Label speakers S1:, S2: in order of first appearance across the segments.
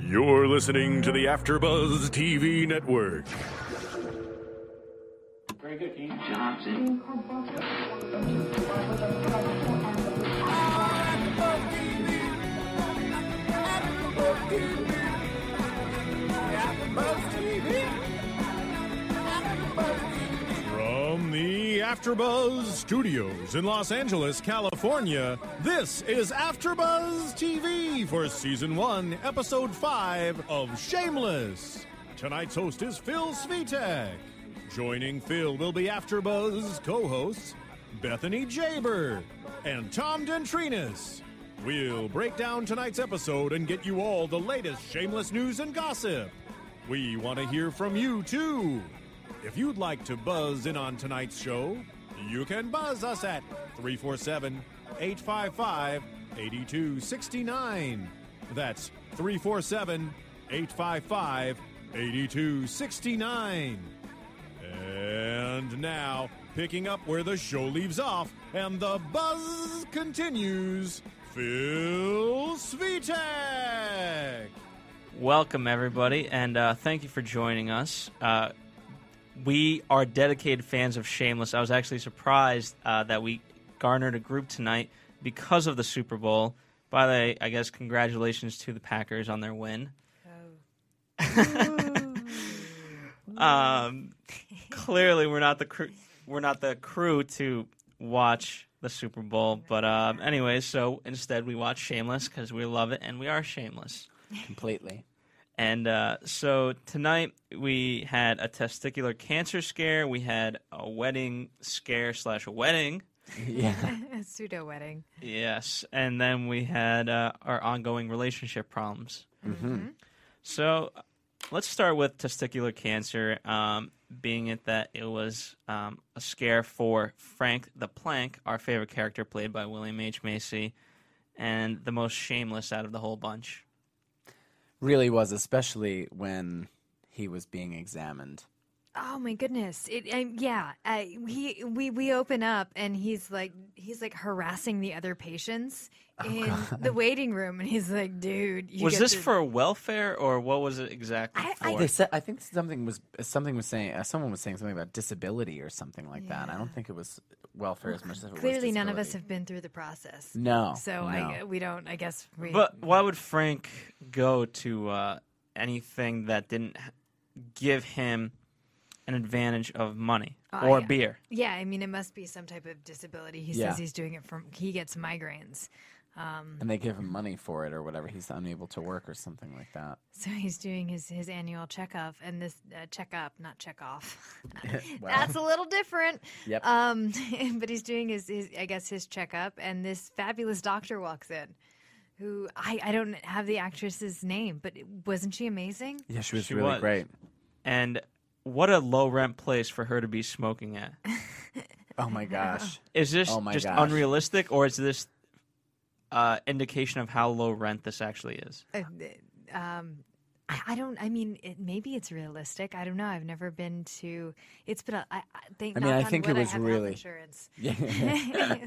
S1: You're listening to the AfterBuzz TV Network.
S2: Very good, Dean Johnson.
S1: From the AfterBuzz Studios in Los Angeles, California, this is AfterBuzz TV for Season 1, Episode 5 of Shameless. Tonight's host is Phil Svitek. Joining Phil will be AfterBuzz co-hosts Bethany Jaber and Tom Dentrinas. We'll break down tonight's episode and get you all the latest Shameless news and gossip. We want to hear from you, too. If you'd like to buzz in on tonight's show, you can buzz us at 347 855 8269. That's 347 855 8269. And now, picking up where the show leaves off and the buzz continues, Phil Svitek!
S3: Welcome, everybody, and uh, thank you for joining us. Uh, we are dedicated fans of Shameless. I was actually surprised uh, that we garnered a group tonight because of the Super Bowl. By the way, I guess congratulations to the Packers on their win. um, clearly, we're not the crew, we're not the crew to watch the Super Bowl, but um, anyways, so instead we watch Shameless because we love it and we are shameless.
S4: completely.
S3: And uh, so tonight we had a testicular cancer scare. We had a wedding scare slash wedding.
S4: Yeah.
S5: A pseudo wedding.
S3: Yes. And then we had uh, our ongoing relationship problems. Mm-hmm. So uh, let's start with testicular cancer, um, being it that it was um, a scare for Frank the Plank, our favorite character played by William H. Macy, and the most shameless out of the whole bunch.
S4: really was, especially when he was being examined.
S5: Oh my goodness! It um, yeah. Uh, he we we open up and he's like he's like harassing the other patients in the waiting room, and he's like, "Dude, you
S3: Oh, was
S5: get
S3: this
S5: to-
S3: for welfare or what was it exactly
S5: I-
S3: for?
S5: I
S4: They said I think something was something was saying uh, someone was saying something about disability or something like that. I don't think it was welfare as much as it was
S5: Clearly, none of us
S4: disability.
S5: have been through the process,
S4: No.
S5: so I uh,
S4: no.
S5: we don't. I guess we.
S3: But why would Frank go to uh, anything that didn't h- give him an advantage of money
S5: Oh,
S3: or
S5: yeah.
S3: beer?
S5: yeah, I mean, it must be some type of disability. He
S4: Yeah.
S5: says he's doing it from. He gets migraines,
S4: and they give him money for it or whatever. He's unable to work or something like that.
S5: so he's doing his his annual checkup, and this uh, checkup, not check off.
S4: Wow.
S5: That's a little different.
S4: Yep.
S5: Um, but he's doing his, his, I guess, his checkup, and this fabulous doctor walks in, who I, I don't have the actress's name, but wasn't she amazing?
S4: yeah, she was
S3: She
S4: really
S3: was.
S4: great.
S3: And what a low rent place for her to be smoking at.
S4: Oh my gosh.
S3: Is this
S4: Oh my
S3: just
S4: gosh.
S3: unrealistic or is this uh, indication of how low rent this actually is?
S5: Uh, um, I, I don't. I mean, it, maybe it's realistic. I don't know. I've never been to. It's been. A, I, I think.
S4: I mean,
S5: knock
S4: I
S5: on
S4: think it
S5: wood,
S4: was
S5: have health
S4: really-
S5: insurance.
S4: Yeah.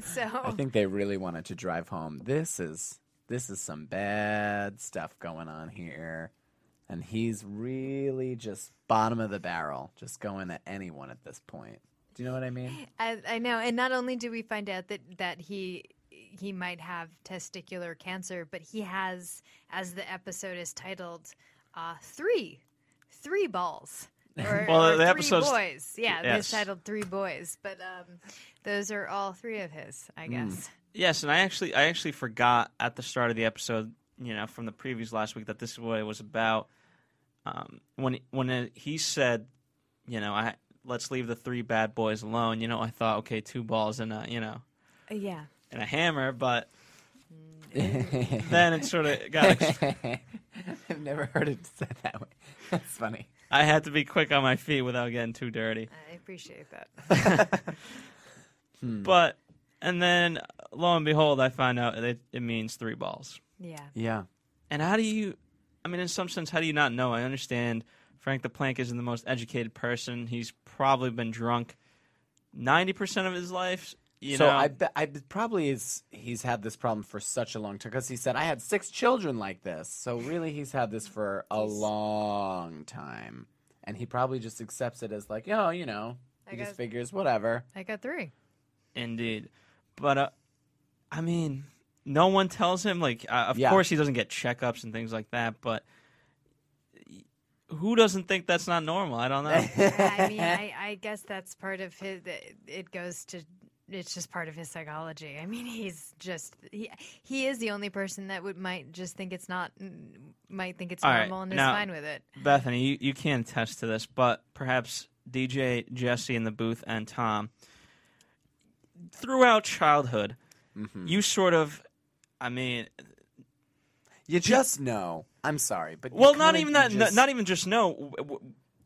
S5: so
S4: I think they really wanted to drive home. This is this is some bad stuff going on here, and he's really just bottom of the barrel, just going at anyone at this point. Do you know what I mean?
S5: I, I know, and not only do we find out that that he he might have testicular cancer, but he has, as the episode is titled, uh, three three balls. Or,
S3: Well,
S5: or
S3: the
S5: three
S3: episode's-
S5: boys. Yeah,
S3: yes.
S5: it's titled Three Boys, but um, those are all three of his,
S3: Hmm.
S5: I guess.
S3: Yes, and I actually I actually forgot at the start of the episode, you know, from the previous last week that this is what it was about. Um, when when it- he said, you know, I let's leave the three bad boys alone. You know, I thought, okay, two balls and a you know
S5: Uh, yeah.
S3: and a hammer, but then it sort of got. ex-
S4: I've never heard it said that way. That's funny.
S3: I had to be quick on my feet without getting too dirty.
S5: I appreciate that.
S3: But and then lo and behold, I find out it, it means three balls.
S5: Yeah.
S4: Yeah,
S3: And how do you, I mean, in some sense, how do you not know? I understand Frank the Plank isn't the most educated person. He's probably been drunk 90% of his life, You
S4: so
S3: know,
S4: I, bet I bet probably is he's had this problem for such a long time because he said I had six children like this. So really, he's had this for a long time, and he probably just accepts it as like, oh, you know,
S5: I
S4: he just
S5: guess-
S4: figures whatever.
S5: I got three.
S3: indeed. But uh, I mean, no one tells him. Like, uh, of
S4: Yeah.
S3: course, he doesn't get checkups and things like that. But who doesn't think that's not normal? I don't know.
S5: Yeah, I mean, I, I guess that's part of his. It goes to. It's just part of his psychology. I mean, he's just he, he is the only person that would might just think it's not might think it's
S3: All right,
S5: normal and is
S3: now-
S5: fine with it.
S3: Bethany, you, you can attest to this, but perhaps DJ, Jesse in the booth, and Tom, throughout childhood,
S4: Mm-hmm.
S3: you sort of, I mean,
S4: You just know. I'm sorry, but you
S3: well, not
S4: kinda-
S3: even
S4: you
S3: that,
S4: just-
S3: not even just no. w- w-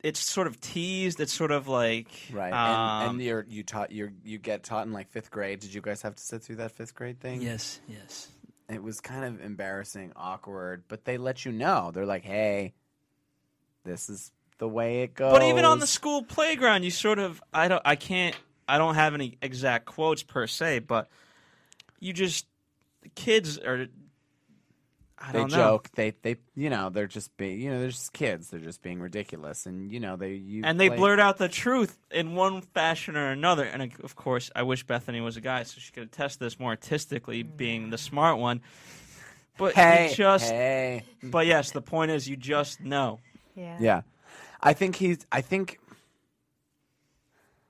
S3: It's sort of teased. It's sort of like
S4: right. and,
S3: Um,
S4: and you're you taught you you get taught in like fifth grade. Did you guys have to sit through that fifth grade thing?
S3: yes, yes.
S4: It was kind of embarrassing, awkward, but they let you know. They're like, hey, this is the way it goes.
S3: But even on the school playground, you sort of I don't I can't I don't have any exact quotes per se, but you just kids are. I
S4: they
S3: don't know.
S4: joke. They they you know they're just being you know they're just kids. They're just being ridiculous, and you know they you
S3: and they
S4: play-
S3: blurt out the truth in one fashion or another. And of course, I wish Bethany was a guy so she could attest to this more artistically, being the smart one. But you
S4: Hey,
S3: just,
S4: hey,
S3: but yes, the point is, you just know.
S5: Yeah.
S4: yeah. I think he's. I think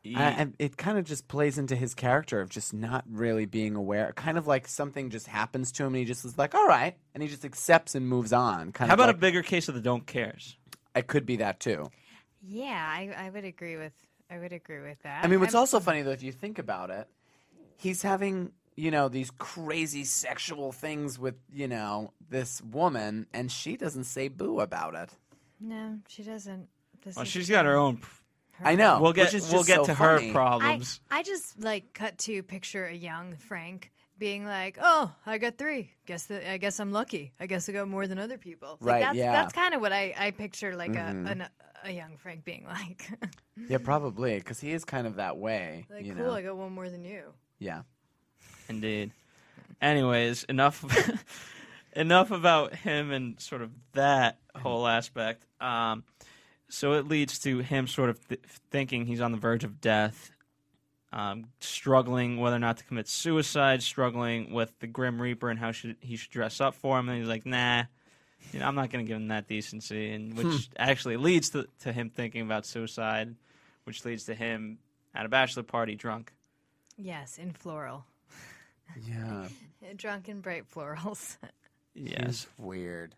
S3: You-
S4: I, I- it kind of just plays into his character of just not really being aware. Kind of like something just happens to him, and he just is like, "All right," and he just accepts and moves on. Kind
S3: how
S4: of
S3: about a
S4: like-
S3: bigger case of the don't cares?
S4: It could be that too.
S5: Yeah, I, I would agree with I would agree with that.
S4: I mean, what's
S5: I'm-
S4: also funny though, if you think about it, he's having you know these crazy sexual things with you know this woman, and she doesn't say boo about it.
S5: No, she doesn't. This
S3: Well,
S5: is-
S3: she's got her own. pr-
S4: I know.
S3: We'll get
S4: which is
S3: we'll
S4: just
S3: get
S4: so
S3: to
S4: funny.
S3: her
S5: I,
S3: problems.
S5: I just like cut to picture a young Frank being like, "Oh, I got three. Guess that I guess I'm lucky. I guess I got more than other people." Like,
S4: Right,
S5: That's,
S4: yeah. Mm-hmm.
S5: That's kind of what I, I picture like a an, a young Frank being like,
S4: Yeah, probably because he is kind of that way.
S5: "Like,
S4: you
S5: cool,
S4: know?
S5: I got one more than you."
S4: Yeah.
S3: Indeed. Anyways, enough enough about him and sort of that whole aspect. Um, so it leads to him sort of th- thinking he's on the verge of death, um, struggling whether or not to commit suicide, struggling with the Grim Reaper and how should, he should dress up for him. And he's like, nah, you know, I'm not going to give him that decency, and which actually leads to, to him thinking about suicide, which leads to him at a bachelor party drunk.
S5: Yes, in floral,
S4: Yeah.
S5: drunk and bright florals.
S3: Yes.
S4: It's weird.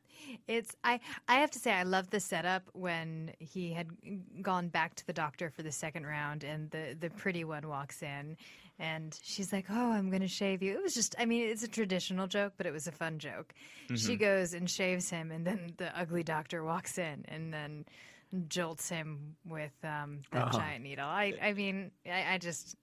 S5: It's I I have to say I love the setup when he had gone back to the doctor for the second round and the the pretty one walks in and she's like, "Oh, I'm going to shave you." It was just I mean, it's a traditional joke, but it was a fun joke. She goes and shaves him and then the ugly doctor walks in and then jolts him with um, that giant needle. I I mean, I, I just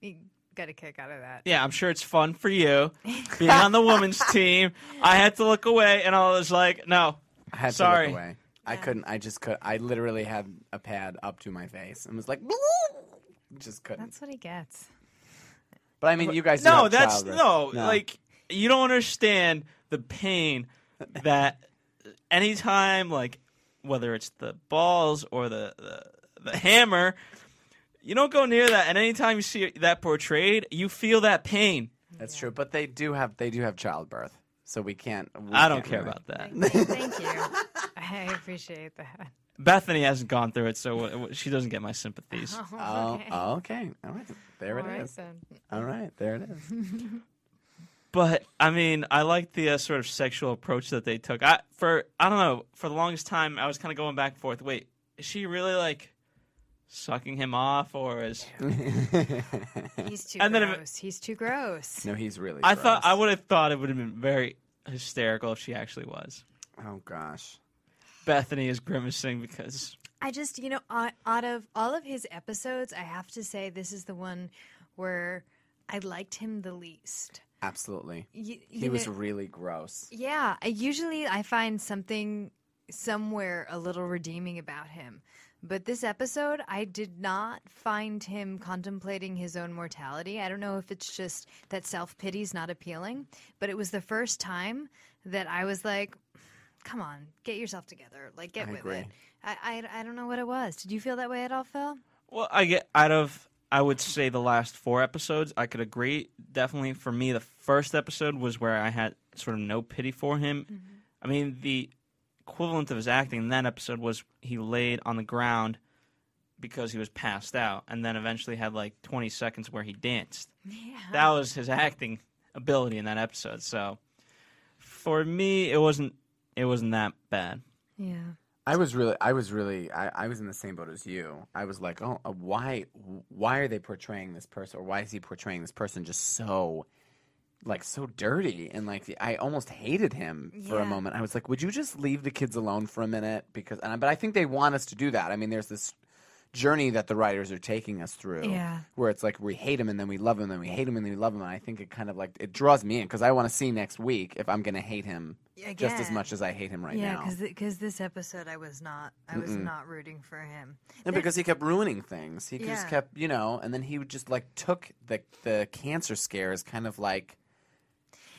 S5: got a kick out of that.
S3: Yeah, I'm sure it's fun for you being on the women's team. I had to look away, and I was like, no.
S4: I had
S3: Sorry.
S4: to look away. I couldn't. I just could. I literally had a pad up to my face and was like, just couldn't.
S5: That's what he gets.
S4: But I mean, you guys. do
S3: No,
S4: have
S3: that's
S4: child,
S3: no,
S4: right?
S3: Like you don't understand the pain that anytime, like whether it's the balls or the the, the hammer, you don't go near that. And anytime you see that portrayed, you feel that pain.
S4: that's true. But they do have. They do have childbirth, so we can't. we
S3: I don't
S4: can't
S3: care
S4: really-
S3: about that.
S5: Thank you. I appreciate that.
S3: Bethany hasn't gone through it, so w- w- she doesn't get my sympathies.
S4: Oh, okay. All right. There it is.
S5: All right, then.
S4: All right. There it is.
S3: But I mean, I like the uh, sort of sexual approach that they took. I for I don't know for the longest time I was kind of going back and forth. Wait, is she really like sucking him off, or is?
S5: He's too
S3: And then if it-
S5: gross. He's too gross.
S4: no, he's really.
S3: I thought I
S4: gross.
S3: would have thought it would have been very hysterical if she actually was.
S4: Oh gosh.
S3: Bethany is grimacing because
S5: I just, you know, o- out of all of his episodes, I have to say this is the one where I liked him the least.
S4: Absolutely.
S5: You,
S4: He was really gross.
S5: yeah. I usually I find something somewhere a little redeeming about him, But this episode, I did not find him contemplating his own mortality. I don't know if it's just that self pity's not appealing, but it was the first time that I was like, come on, get yourself together. Like, get
S4: I
S5: with
S4: agree.
S5: it. I, I, I don't know what it was. Did you feel that way at all, Phil?
S3: Well, I get out of I would say the last four episodes, I could agree. Definitely for me, the first episode was where I had sort of no pity for him. I mean, the equivalent of his acting in that episode was he laid on the ground because he was passed out, and then eventually had like 20 seconds where he danced.
S5: Yeah.
S3: That was his acting ability in that episode. So for me, it wasn't it wasn't that bad.
S5: yeah.
S4: I was really, I was really, I, I was in the same boat as you. I was like, oh, uh, why, why are they portraying this person, or why is he portraying this person just so, like, so dirty? And like, I almost hated him for a
S5: Yeah.
S4: moment. I was like, would you just leave the kids alone for a minute? Because, and I, but I think they want us to do that. I mean, there's this journey that the writers are taking us through,
S5: Yeah.
S4: where it's like we hate him and then we love him, and then we hate him and then we love him. And I think it kind of like it draws me in because I want to see next week if I'm going to hate him just as
S5: Again.
S4: much as I hate him right
S5: yeah,
S4: now.
S5: because this episode, I was not, I was not rooting for him.
S4: And because he kept ruining things, he
S5: Yeah.
S4: just kept, you know, and then he would just like took the the cancer scares kind of like,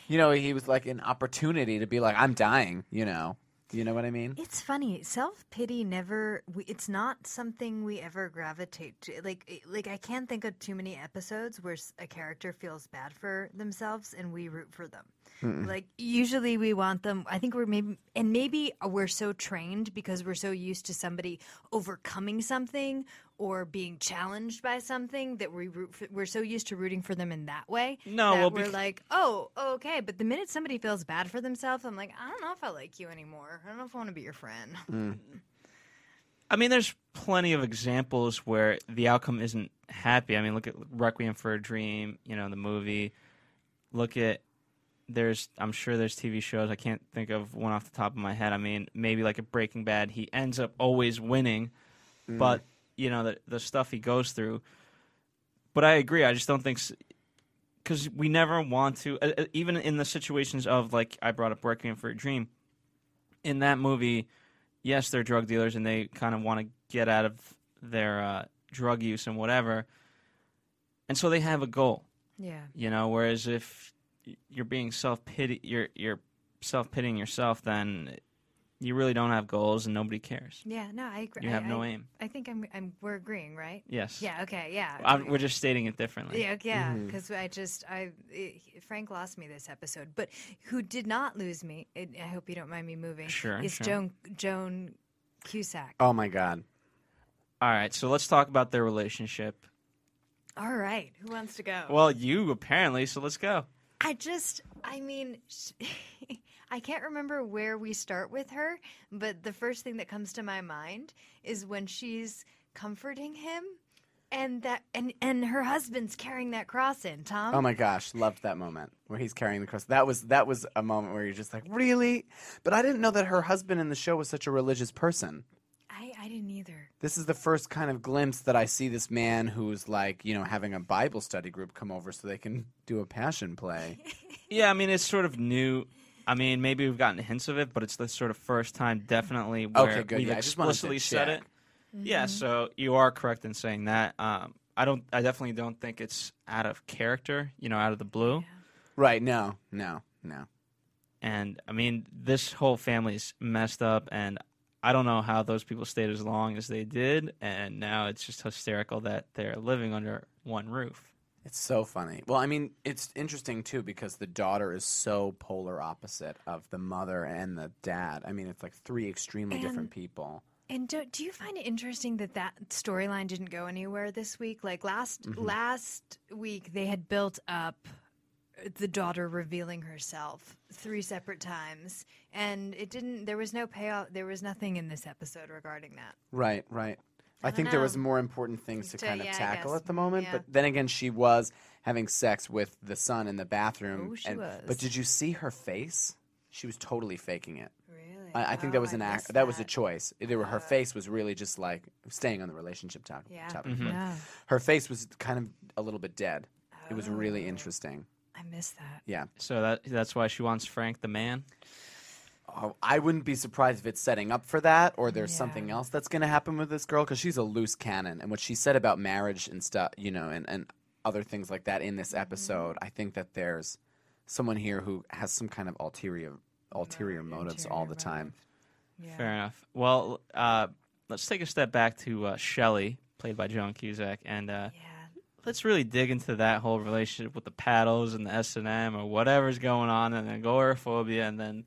S4: you know, he was like an opportunity to be like, I'm dying, you know, you know what I mean?
S5: It's funny. Self pity never. We, it's not something we ever gravitate to. Like, it- like I can't think of too many episodes where s- a character feels bad for themselves and we root for them. Like, usually we want them. I think we're maybe, and maybe we're so trained because we're so used to somebody overcoming something or being challenged by something that we root. For, we're so used to rooting for them in that way.
S3: No,
S5: that
S3: well,
S5: we're
S3: bec-
S5: like, oh, okay. But the minute somebody feels bad for themselves, I'm like, I don't know if I like you anymore. I don't know if I want to be your friend.
S3: I mean, there's plenty of examples where the outcome isn't happy. I mean, look at Requiem for a Dream, you know, the movie. Look at there's I'm sure there's TV shows I can't think of one off the top of my head. I mean, maybe like a Breaking Bad, he ends up always winning, but you know the the stuff he goes through. But I agree. I just don't think because we never want to, uh, uh, even in the situations of like I brought up Requiem for a Dream. In that movie, yes, they're drug dealers and they kind of want to get out of their uh, drug use and whatever. And so they have a goal,
S5: Yeah.
S3: you know. Whereas if y- you're being self pity, you're you're self pitying yourself, then you really don't have goals and nobody cares.
S5: Yeah. No, I agree.
S3: You
S5: I-
S3: have no
S5: I-
S3: aim.
S5: I think I'm, I'm. We're agreeing, right?
S3: Yes.
S5: Yeah. Okay. Yeah.
S3: i we're just stating it differently.
S5: Yeah, yeah, because I just I it, Frank lost me this episode, but who did not lose me? and I hope you don't mind me moving.
S3: Sure,
S5: is
S3: sure.
S5: Joan Joan Cusack?
S4: Oh my god.
S3: All right. So let's talk about their relationship.
S5: All right, who wants to go?
S3: Well, you apparently. So let's go.
S5: I just, I mean, sh- I can't remember where we start with her, but the first thing that comes to my mind is when she's comforting him, and that, and and her husband's carrying that cross in. Tom,
S4: Oh my gosh, loved that moment where he's carrying the cross. That was that was a moment where you're just like, "Really?" But I didn't know that her husband in the show was such a religious person.
S5: I I didn't either.
S4: this is the first kind of glimpse that I see this man who's like, you know, having a Bible study group come over so they can do a passion play.
S3: Yeah, I mean, it's sort of new. I mean, maybe we've gotten hints of it, but it's the sort of first time, definitely, where
S4: Okay, good,
S3: we've
S4: yeah, I just wanted to
S3: explicitly said
S4: check.
S3: it. Yeah, so you are correct in saying that. Um, I don't. I definitely don't think it's out of character. You know, out of the blue.
S4: right, no, no, no.
S3: And I mean, this whole family's messed up, and I don't know how those people stayed as long as they did. And now it's just hysterical that they're living under one roof.
S4: It's so funny. Well, I mean, it's interesting too because the daughter is so polar opposite of the mother and the dad. I mean, it's like three extremely different
S5: And-
S4: people.
S5: And do, do you find it interesting that that storyline didn't go anywhere this week? Like last
S4: Mm-hmm.
S5: last week, they had built up the daughter revealing herself three separate times, and it didn't. There was no payoff. There was nothing in this episode regarding that.
S4: Right, right. I, think there was more important things to,
S5: To-
S4: kind of
S5: yeah, I
S4: tackle
S5: guess.
S4: at the moment,
S5: Yeah.
S4: but then again, she was having sex with the son in the bathroom.
S5: Oh, she
S4: and-
S5: was.
S4: But did you see her face? She was totally faking it.
S5: Really,
S4: Oh, I, I think
S5: oh,
S4: that was an act. That. was a choice. Either her face was really just like staying on the relationship to-
S5: Uh, Yeah.
S4: topic.
S5: Yeah,
S4: Her face was kind of a little bit dead. It was
S5: Oh.
S4: really interesting.
S5: I missed that.
S4: Yeah.
S3: So that that's why she wants Frank, the man.
S4: oh, I wouldn't be surprised if it's setting up for that or there's
S5: Yeah.
S4: something else that's going to happen with this girl because she's a loose cannon. And what she said about marriage and stuff, you know, and, and other things like that in this
S5: Mm-hmm.
S4: episode, I think that there's someone here who has some kind of ulterior ulterior motives all the
S5: Interior
S4: time.
S5: motive. Yeah.
S3: Fair enough. Well, uh, let's take a step back to uh, Shelly, played by Joan Cusack, and uh,
S5: Yeah.
S3: let's really dig into that whole relationship with the paddles and the S and M or whatever's going on, and then agoraphobia, and then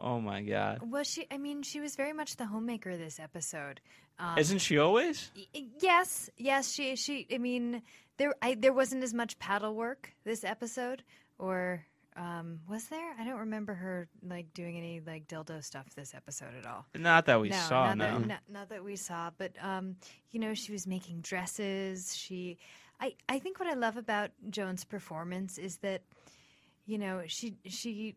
S3: oh my god,
S5: Well, she. I mean, she was very much the homemaker this episode. Um,
S3: isn't she always?
S5: y- yes, yes. She. She. I mean, there. I. There wasn't as much paddle work this episode, or um, was there? I don't remember her like doing any like dildo stuff this episode at all.
S3: Not that we
S5: no,
S3: saw.
S5: not
S3: No.
S5: That, not, not that we saw, but um, you know, she was making dresses. She, I, I think what I love about Joan's performance is that, you know, she she,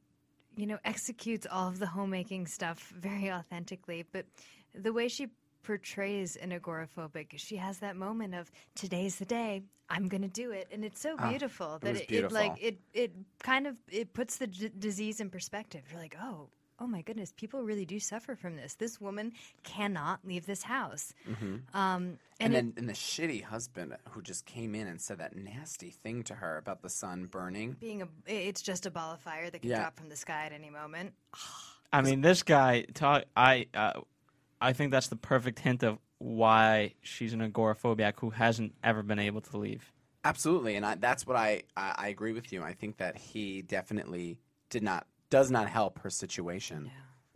S5: you know, executes all of the homemaking stuff very authentically. But the way she portrays an agoraphobic, she has that moment of today's the day. I'm gonna do it, and it's so beautiful that
S4: Ah, was
S5: it, it like
S4: beautiful.
S5: it it kind of it puts the d- disease in perspective. You're like, oh, oh my goodness, people really do suffer from this. This woman cannot leave this house.
S4: Mm-hmm.
S5: Um,
S4: And,
S5: and it-
S4: then and the shitty husband who just came in and said that nasty thing to her about the sun burning.
S5: being a, i- it's just a ball of fire that can
S4: Yeah.
S5: drop from the sky at any moment.
S3: I mean, this guy talk. I uh, I think that's the perfect hint of why she's an agoraphobiac who hasn't ever been able to leave.
S4: Absolutely, and I, that's what I, I I agree with you. I think that he definitely did not does not help her situation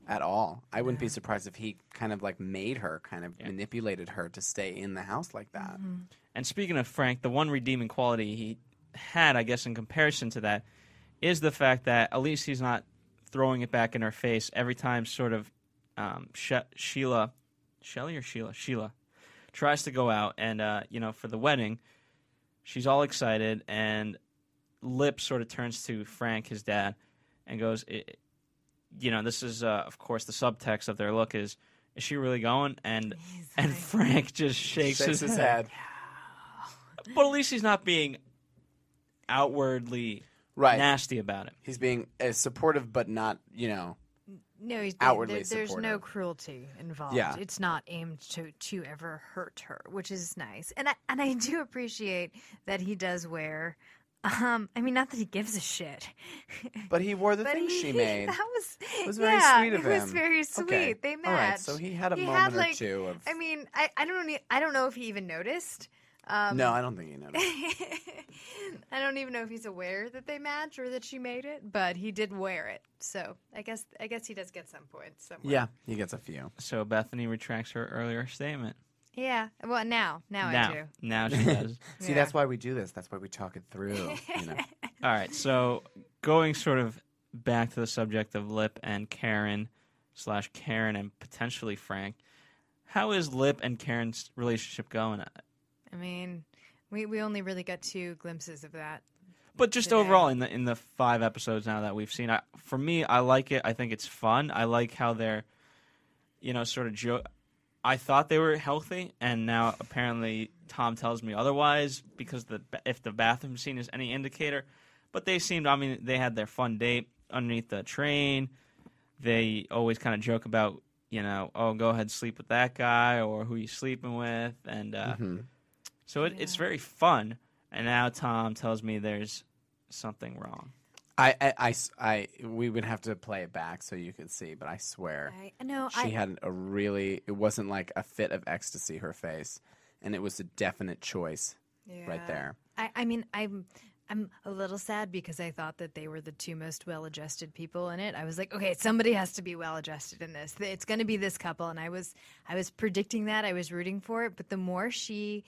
S4: at all. I wouldn't be surprised if he kind of like made her, kind of manipulated her to stay in the house like that.
S5: Mm-hmm.
S3: And speaking of Frank, the one redeeming quality he had, I guess, in comparison to that, is the fact that at least he's not throwing it back in her face every time. Sort of um, she- Sheila, Shelly or Sheila, Sheila tries to go out and uh, you know for the wedding, she's all excited and Lip sort of turns to Frank, his dad, and goes, "I- you know, this is uh, of course the subtext of their look is. Is she really going? And and Frank just shakes,
S4: Shakes his head.
S3: but at least he's not being outwardly
S4: Right.
S3: nasty about it.
S4: He's being uh, supportive, but not you know.
S5: No, he's,
S4: Outwardly
S5: there- there's no
S4: supportive.
S5: cruelty involved.
S4: Yeah.
S5: It's not aimed to, to ever hurt her, which is nice. And I, and I do appreciate that he does wear. Um, I mean, not that he gives a shit,
S4: But he wore the
S5: but
S4: thing
S5: he,
S4: she made.
S5: That was
S4: It was very
S5: yeah,
S4: sweet of him.
S5: It was very sweet.
S4: Okay.
S5: They matched.
S4: All right, so he had a moment or two of.
S5: I mean, I, I don't e- I don't know if he even noticed. Um,
S4: no, I don't think he noticed.
S5: I don't even know if he's aware that they match or that she made it, but he did wear it. So I guess I guess he does get some points somewhere.
S4: yeah, he gets a few.
S3: So Bethany retracts her earlier statement.
S5: Yeah. Well, now now, Oh, I do.
S3: now, now she does.
S4: See, that's why we do this. That's why we talk it through. You know.
S3: All right. So going sort of back to the subject of Lip and Karen slash Karen and potentially Frank. How is Lip and Karen's relationship going?
S5: I mean, we we only really got two glimpses of that.
S3: But just
S5: Today.
S3: overall, in the in the five episodes now that we've seen, I, for me, I like it. I think it's fun. I like how they're, you know, sort of joke. I thought they were healthy, and now apparently Tom tells me otherwise because the ba- if the bathroom scene is any indicator, but they seemed. I mean, they had their fun date underneath the train. They always kind of joke about, you know, oh, go ahead sleep with that guy or who you sleeping with, and uh, so it, it's very fun. And now Tom tells me there's something wrong.
S4: I, I- I s- I- we would have to play it back so you could see, but I swear
S5: I no,
S4: she
S5: I
S4: had a really. It wasn't like a fit of ecstasy her face, and it was a definite choice right
S5: Yeah.
S4: there.
S5: I, I mean, I'm I'm a little sad because I thought that they were the two most well-adjusted people in it. I was like, okay, somebody has to be well-adjusted in this. It's going to be this couple, and I was I was predicting that. I was rooting for it, but the more she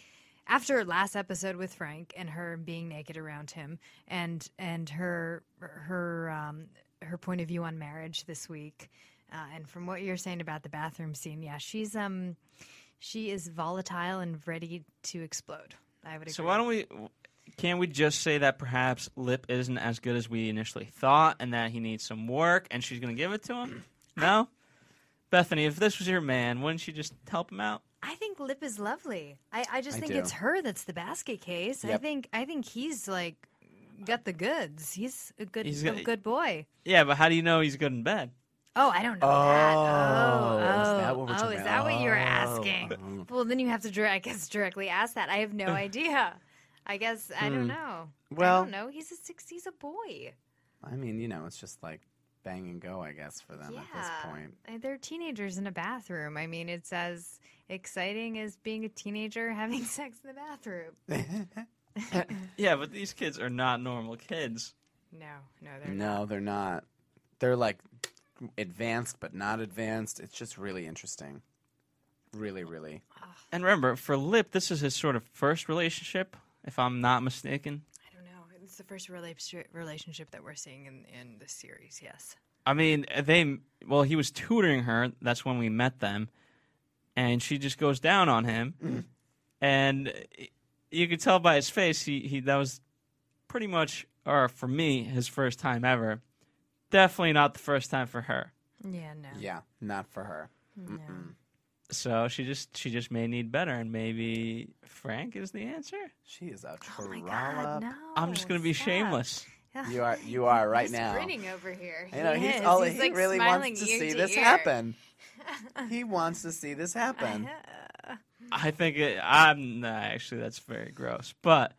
S5: after her last episode with Frank and her being naked around him and and her her um, her point of view on marriage this week, uh, and from what you're saying about the bathroom scene, yeah, she's um she is volatile and ready to explode. I would agree.
S3: So why don't we? Can we just say that perhaps Lip isn't as good as we initially thought, and that he needs some work, and she's gonna give it to him? No, Bethany, if this was your man, wouldn't you just help him out?
S5: I think Lip is lovely. I, I just
S4: I
S5: think
S4: do.
S5: it's her that's the basket case. I
S4: Yep.
S5: think I think he's like got the goods. He's a good
S3: He's
S5: a
S3: got-
S5: good boy.
S3: Yeah, but how do you know he's good in bed?
S5: Oh, I don't know that.
S4: Oh, is
S5: Oh,
S4: that
S5: oh,
S4: what we're
S5: oh,
S4: talking
S5: is that
S4: about?
S5: what you're
S4: Oh.
S5: asking?
S4: Mm.
S5: Well, then you have to, dir- I guess, directly ask that. I have no idea. I guess I don't know. I
S4: Hmm. Well-
S5: don't know. He's a six. He's a boy.
S4: I mean, you know, it's just like bang and go, I guess, for them at this point.
S5: Uh, They're teenagers in a bathroom. I mean, it's as exciting as being a teenager having sex in the bathroom.
S3: Yeah, but these kids are not normal kids.
S5: No, no, they're not.
S4: No, they're not. They're like advanced, but not advanced. It's just really interesting. Really, really.
S3: And remember, for Lip, this is his sort of first relationship, if I'm not mistaken.
S5: I don't know. It's the first relationship relationship that we're seeing in in the series. Yes.
S3: I mean, they well, he was tutoring her. That's when we met them, and she just goes down on him, and you could tell by his face. He, he that was pretty much, or for me, his first time ever. Definitely not the first time for her.
S5: Yeah. No.
S4: Yeah, not for her. Mm-mm.
S3: So she just she just may need better, and maybe Frank is the answer.
S4: She is a
S5: Oh my
S4: trollop.
S5: god. No.
S3: I'm just gonna be
S5: stop.
S3: shameless.
S4: You are, you are right
S5: he's
S4: now.
S5: grinning over here.
S4: You know,
S5: he
S4: he's
S5: is.
S4: all
S5: He's,
S4: he
S5: like,
S4: really
S5: smiling
S4: wants to
S5: ear
S4: see
S5: to
S4: this
S5: ear.
S4: happen. He wants to see this happen.
S3: I think it, I'm nah, actually that's very gross. But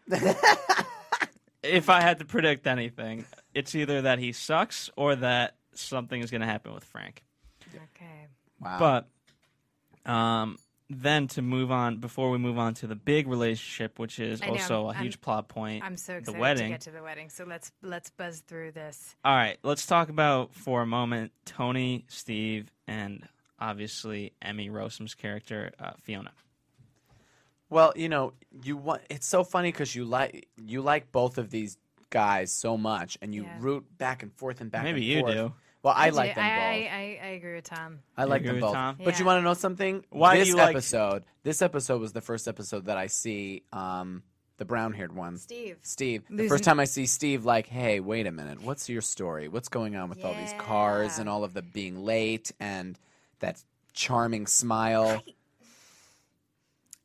S3: if I had to predict anything, it's either that he sucks or that something is going to happen with Frank.
S5: Okay.
S4: Wow.
S3: But um, then to move on, before we move on to the big relationship, which is
S5: I know.
S3: also a
S5: I'm-
S3: huge plot point,
S5: I'm so
S3: the
S5: excited
S3: wedding.
S5: to get to the wedding. So let's let's buzz through this.
S3: All right, let's talk about for a moment Tony, Steve, and obviously Emmy Rossum's character uh, Fiona.
S4: Well, you know, you want it's so funny because you like you like both of these guys so much, and you
S5: Yeah.
S4: root back and forth and back.
S3: Maybe
S4: and
S3: you
S4: forth.
S3: do.
S4: Well, I,
S5: do-
S4: like them
S5: I,
S4: both.
S5: I, I, I agree with Tom.
S4: I like
S3: agree
S4: them
S3: with
S4: both.
S3: Tom?
S4: But you
S5: Yeah.
S4: want to know something?
S3: Why do
S4: this
S3: you like-
S4: episode? This episode was the first episode that I see um, the brown haired one,
S5: Steve.
S4: Steve. The
S5: Losing-
S4: first time I see Steve, like, hey, wait a minute, what's your story? What's going on with all these cars
S5: Yeah.
S4: and all of the being late and that charming smile?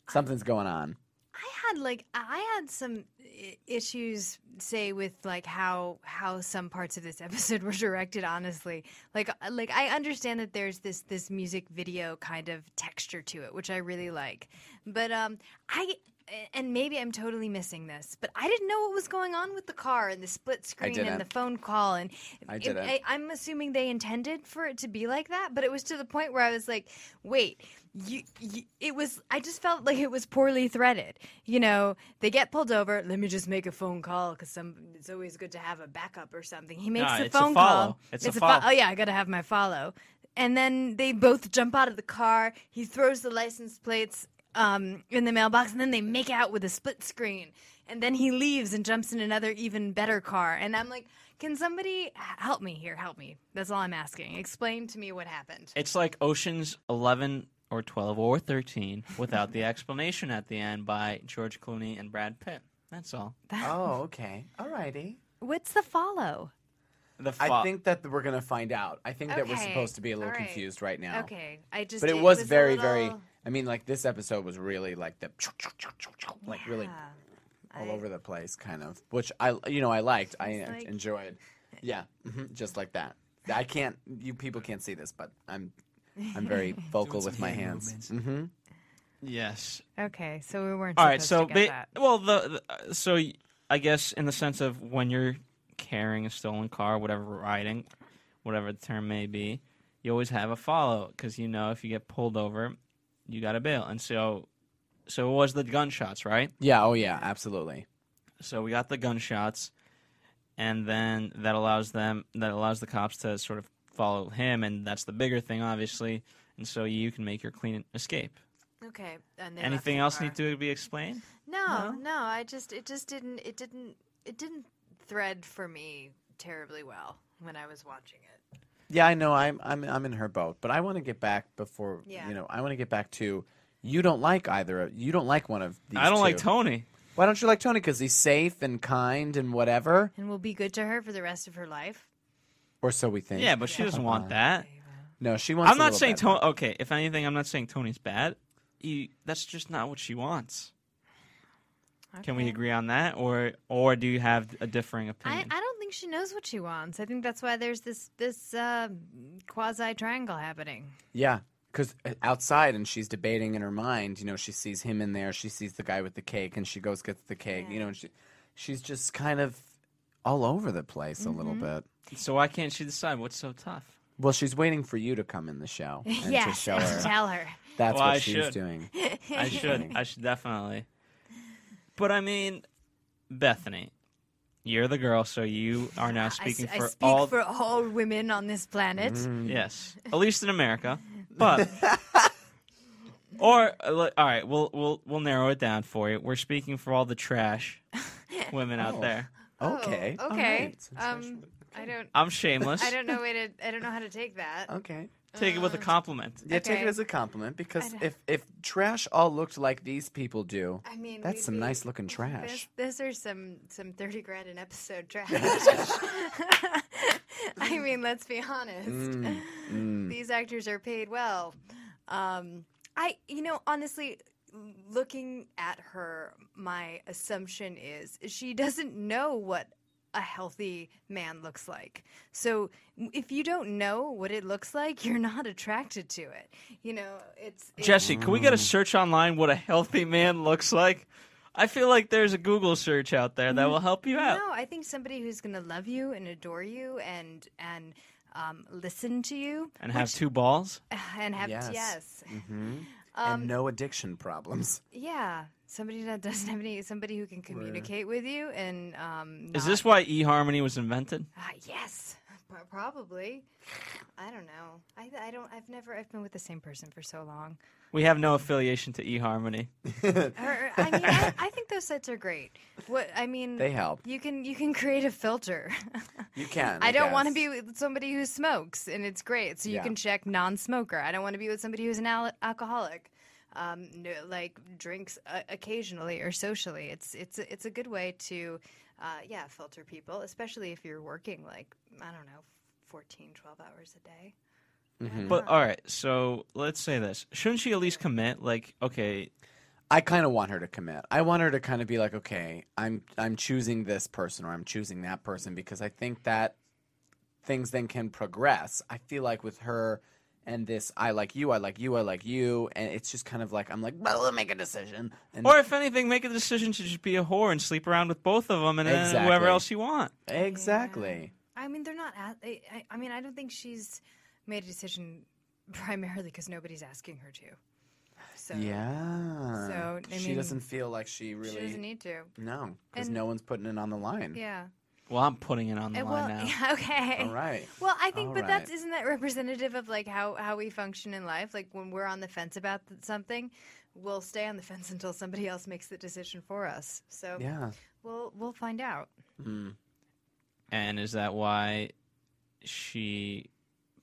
S4: Something's going on.
S5: I had like I had some i- issues say with like how how some parts of this episode were directed honestly like uh, like I understand that there's this this music video kind of texture to it which I really like but um I and maybe I'm totally missing this but I didn't know what was going on with the car and the split screen
S4: didn't.
S5: and the phone call and
S4: I
S5: it-
S4: didn't.
S5: I, I'm assuming they intended for it to be like that, but it was to the point where I was like, wait, you, you, it was, I just felt like it was poorly threaded. You know, they get pulled over. Let me just make a phone call because some, it's always good to have a backup or something. He makes
S3: Nah,
S5: the
S3: it's a
S5: phone
S3: follow.
S5: call.
S3: It's a
S5: fo-
S3: follow.
S5: oh, yeah, I got to have my follow. And then they both jump out of the car. He throws the license plates um, in the mailbox, and then they make out with a split screen. And then he leaves and jumps in another even better car. And I'm like, can somebody h- help me here? Help me. That's all I'm asking. Explain to me what happened.
S3: It's like Ocean's 11 or 12 or 13 without the explanation at the end by George Clooney and Brad Pitt. That's all.
S4: Oh, okay. Alrighty.
S5: What's the follow?
S3: The
S4: I
S3: fa-
S4: think that we're gonna find out. I think that we're
S5: Okay,
S4: supposed to be a little
S5: all right.
S4: confused right now.
S5: Okay, I just.
S4: But it was,
S5: a
S4: very, very.
S5: little-
S4: I mean, like this episode was really like the like really
S5: Yeah.
S4: all
S5: I-
S4: over the place kind of, which I you know I liked. I
S5: It's like-
S4: enjoyed. Yeah, mhm, just like that. I can't. You people can't see this, but I'm I'm very vocal with my hands. hmm
S3: yes.
S5: Okay, so we weren't.
S3: All right.
S5: supposed to
S3: So,
S5: get
S3: ba-
S5: that.
S3: well, the, the so y- I guess in the sense of when you're carrying a stolen car, whatever riding, whatever the term may be, you always have a follow because you know if you get pulled over, you got to bail. And so, so it was the gunshots, right?
S4: Yeah. Oh yeah. Absolutely.
S3: So we got the gunshots, and then that allows them that allows the cops to sort of follow him, and that's the bigger thing, obviously. And so you can make your clean escape.
S5: Okay. And they left
S3: Anything
S5: the
S3: else
S5: car.
S3: need to be explained?
S5: No, no, I just it just didn't it didn't it didn't thread for me terribly well when I was watching it.
S4: Yeah, I know. I'm I'm I'm in her boat, but I want to get back before
S5: Yeah.
S4: you know. I want to get back to you. Don't like either. of- You don't like one of these.
S3: I don't like
S4: two.
S3: Tony.
S4: Why don't you like Tony? Because he's safe and kind and whatever,
S5: And will be good to her for the rest of her life.
S4: or so we think.
S3: Yeah, but she doesn't want that.
S4: No, she wants.
S3: I'm
S4: a
S3: not
S4: little
S3: saying
S4: bit.
S3: Tony. Okay, if anything, I'm not saying Tony's bad. He, that's just not what she wants. Can we
S5: Okay.
S3: agree on that, or or do you have a differing
S5: I,
S3: opinion?
S5: I don't think she knows what she wants. I think that's why there's this this uh, quasi triangle happening.
S4: Yeah, because outside and she's debating in her mind. You know, she sees him in there. She sees the guy with the cake, and she goes gets the cake. You know, and she she's just kind of all over the place a little
S5: Mm-hmm.
S4: bit.
S3: So why can't she decide what's so tough?
S4: Well, she's waiting for you to come in the show and to
S5: yes,
S4: show
S5: and
S4: her.
S5: tell her.
S4: That's
S3: Well,
S4: what
S3: I
S4: she's
S3: should.
S4: doing.
S3: I should. I should definitely. But I mean, Bethany, you're the girl, so you are now
S5: I s-
S3: speaking
S5: I,
S3: for
S5: speak
S3: all.
S5: for all women on this planet.
S4: Mm,
S3: Yes, at least in America. But or uh, li- all right, we'll we'll we'll narrow it down for you. We're speaking for all the trash women out there.
S5: Oh,
S4: Okay. all
S5: okay.
S4: right.
S5: Um, I don't.
S3: I'm shameless.
S5: I don't know way to. I don't know how to take that.
S4: Okay.
S3: Take it with a compliment.
S4: Yeah, take
S5: Okay.
S4: it as a compliment because
S5: don't-
S4: if if trash all looked like these people do,
S5: I mean,
S4: that's
S5: we'd
S4: some
S5: be-
S4: nice looking
S5: This,
S4: trash.
S5: this are some some thirty grand an episode trash. I mean, let's be honest.
S4: Mm,
S5: These actors are paid well. Um, I, you know, honestly, looking at her, my assumption is she doesn't know what a healthy man looks like. So if you don't know what it looks like, you're not attracted to it. You know, it's, it's
S3: Jesse, can we get a search online what a healthy man looks like? I feel like there's a Google search out there that will help you out.
S5: Mm-hmm. No, I think somebody who's going to love you and adore you and and um, listen to you
S3: And have two balls?
S5: and have yes,
S4: Yes.
S5: um,
S4: and no addiction problems.
S5: yeah, somebody that doesn't have any somebody who can communicate with you and um,
S3: Is
S5: not-
S3: this why eHarmony was invented?
S5: Ah, yes, pro- probably. I don't know. I I don't. I've never. I've been with the same person for so long.
S3: We have no affiliation to eHarmony.
S5: Or- or- I mean, I, I think those sites are great. What I mean,
S4: They help.
S5: You can you can create a filter.
S4: You can.
S5: I don't want to
S4: guess.
S5: be with somebody who smokes, and it's great. So you
S4: Yeah.
S5: can check non-smoker. I don't want to be with somebody who's an al- alcoholic, um, no, like drinks uh, occasionally or socially. It's it's a- it's a good way to, uh, yeah, filter people, especially if you're working like I don't know, 14, 12 hours a day.
S4: Mm-hmm.
S3: But all right, so let's say this. Shouldn't she at least commit? Like, okay,
S4: I kind of want her to commit. I want her to kind of be like, okay, I'm I'm choosing this person or I'm choosing that person because I think that things then can progress. I feel like with her and this, I like you, I like you, I like you, and it's just kind of like I'm like, well, we'll make a decision. And
S3: or if anything, make a decision to just be a whore and sleep around with both of them and then whoever
S4: Exactly.
S3: else you want.
S4: exactly.
S5: I mean, they're not. a- I, I- I mean, I don't think she's made a decision primarily because nobody's asking her to. So
S4: Yeah.
S5: So, I
S4: she
S5: mean,
S4: doesn't feel like she really.
S5: she doesn't need to.
S4: no, because
S5: and-
S4: no one's putting it on the line.
S5: Yeah.
S3: Well, I'm putting it on the
S5: Uh,
S3: line
S5: well,
S3: now.
S5: yeah, okay.
S4: All right.
S5: Well, I think,
S4: All
S5: but that's
S4: right.
S5: isn't that representative of like how how we function in life? Like when we're on the fence about th- something, we'll stay on the fence until somebody else makes the decision for us. So
S4: Yeah.
S5: we'll we'll find out.
S3: And is that why she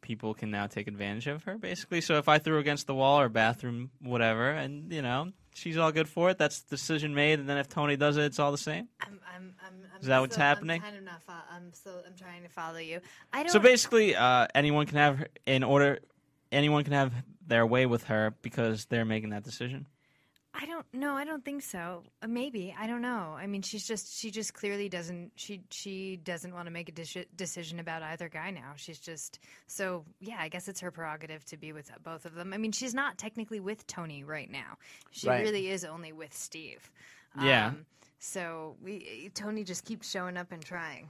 S3: people can now take advantage of her basically? So if I threw her against the wall or bathroom whatever and you know, she's all good for it, that's the decision made and then if Tony does it it's all the same.
S5: I'm, I'm, I'm, I'm
S3: Is that what's
S5: still- I'm
S3: happening?
S5: kind of not fo- I'm still I'm trying to follow you. I don't.
S3: So basically uh, anyone can have her- in order anyone can have their way with her because they're making that decision.
S5: I don't know. I don't think so. Uh, Maybe I don't know. I mean, she's just she just clearly doesn't she she doesn't want to make a deci- decision about either guy now. She's just so yeah. I guess it's her prerogative to be with uh, both of them. I mean, she's not technically with Tony right now. She
S4: Right.
S5: really is only with Steve. Um,
S3: Yeah.
S5: so we Tony just keeps showing up and trying.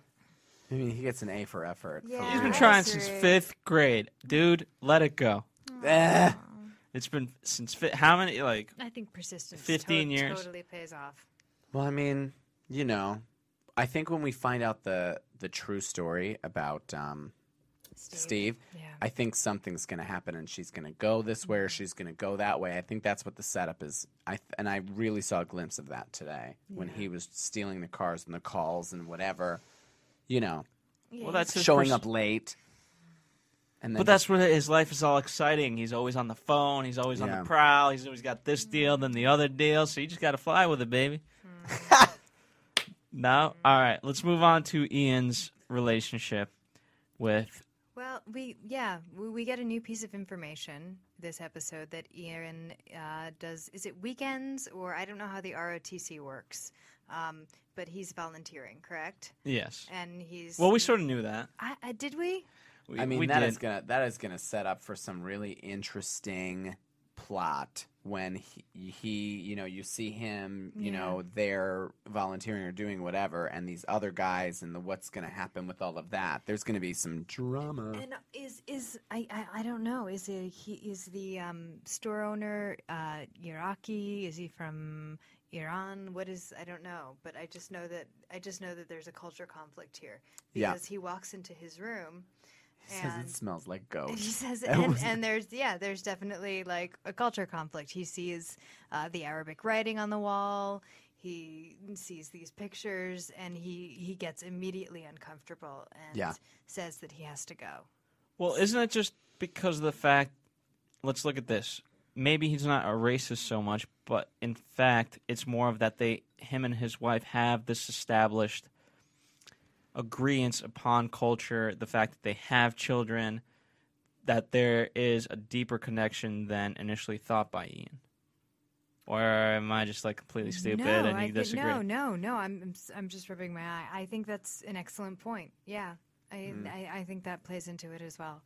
S4: I mean, he gets an A for effort.
S5: Yeah.
S3: He's been
S5: I
S3: trying since
S5: disagree.
S3: 5th grade. Dude, let it go.
S4: Eh.
S3: It's been since fi- how many like
S5: I think persistence.
S3: 15
S5: to-
S3: years.
S5: totally pays off.
S4: Well, I mean, you know, I think when we find out the the true story about um, Steve,
S5: Yeah.
S4: I think something's going to happen, and she's going to go this way or she's going to go that way. I think that's what the setup is. I th- and I really saw a glimpse of that today when he was stealing the cars and the calls and whatever, you know,
S3: well that's his
S4: showing
S3: pers-
S4: up late. And then
S3: But that's where his life is all exciting. He's always on the phone. He's always on
S4: Yeah.
S3: the prowl. He's always got this deal, then the other deal. So you just got to fly with it, baby. no? All right. Let's move on to Ian's relationship with.
S5: Well, we yeah we, we get a new piece of information this episode that Ian uh, does. Is it weekends or I don't know how the ROTC works, Um, but he's volunteering, correct?
S3: Yes.
S5: And he's
S3: Well, we sort of knew that.
S5: I, I, did we?
S3: We,
S4: I
S3: we
S4: mean, that
S3: did.
S4: is gonna that is gonna set up for some really interesting plot when he, he you know you see him you
S5: Yeah.
S4: know there volunteering or doing whatever and these other guys and the what's gonna happen with all of that there's gonna be some drama
S5: And is is I, I, I don't know. Is it he is the um, store owner uh, Iraqi? Is he from Iran? What is I don't know. But I just know that I just know that there's a culture conflict here
S4: Yeah.
S5: because he walks into his room
S4: He says
S5: and-
S4: it smells like
S5: And he
S4: goat
S5: says,
S4: That
S5: and,
S4: was-
S5: and there's yeah, there's definitely like a culture conflict. He sees uh, the Arabic writing on the wall. He sees these pictures, and he he gets immediately uncomfortable and
S4: Yeah.
S5: says that he has to go.
S3: Well, isn't it just because of the fact? Let's look at this. Maybe he's not a racist so much, but in fact, it's more of that they, him and his wife, have this established agreement upon culture, the fact that they have children, that there is a deeper connection than initially thought by Ian. Or am I just like completely stupid
S5: no,
S3: and you
S5: I thi-
S3: disagree?
S5: no, no, no. I'm I'm s- I'm just rubbing my eye. I think that's an excellent point. Yeah, I I, I think that plays into it as well.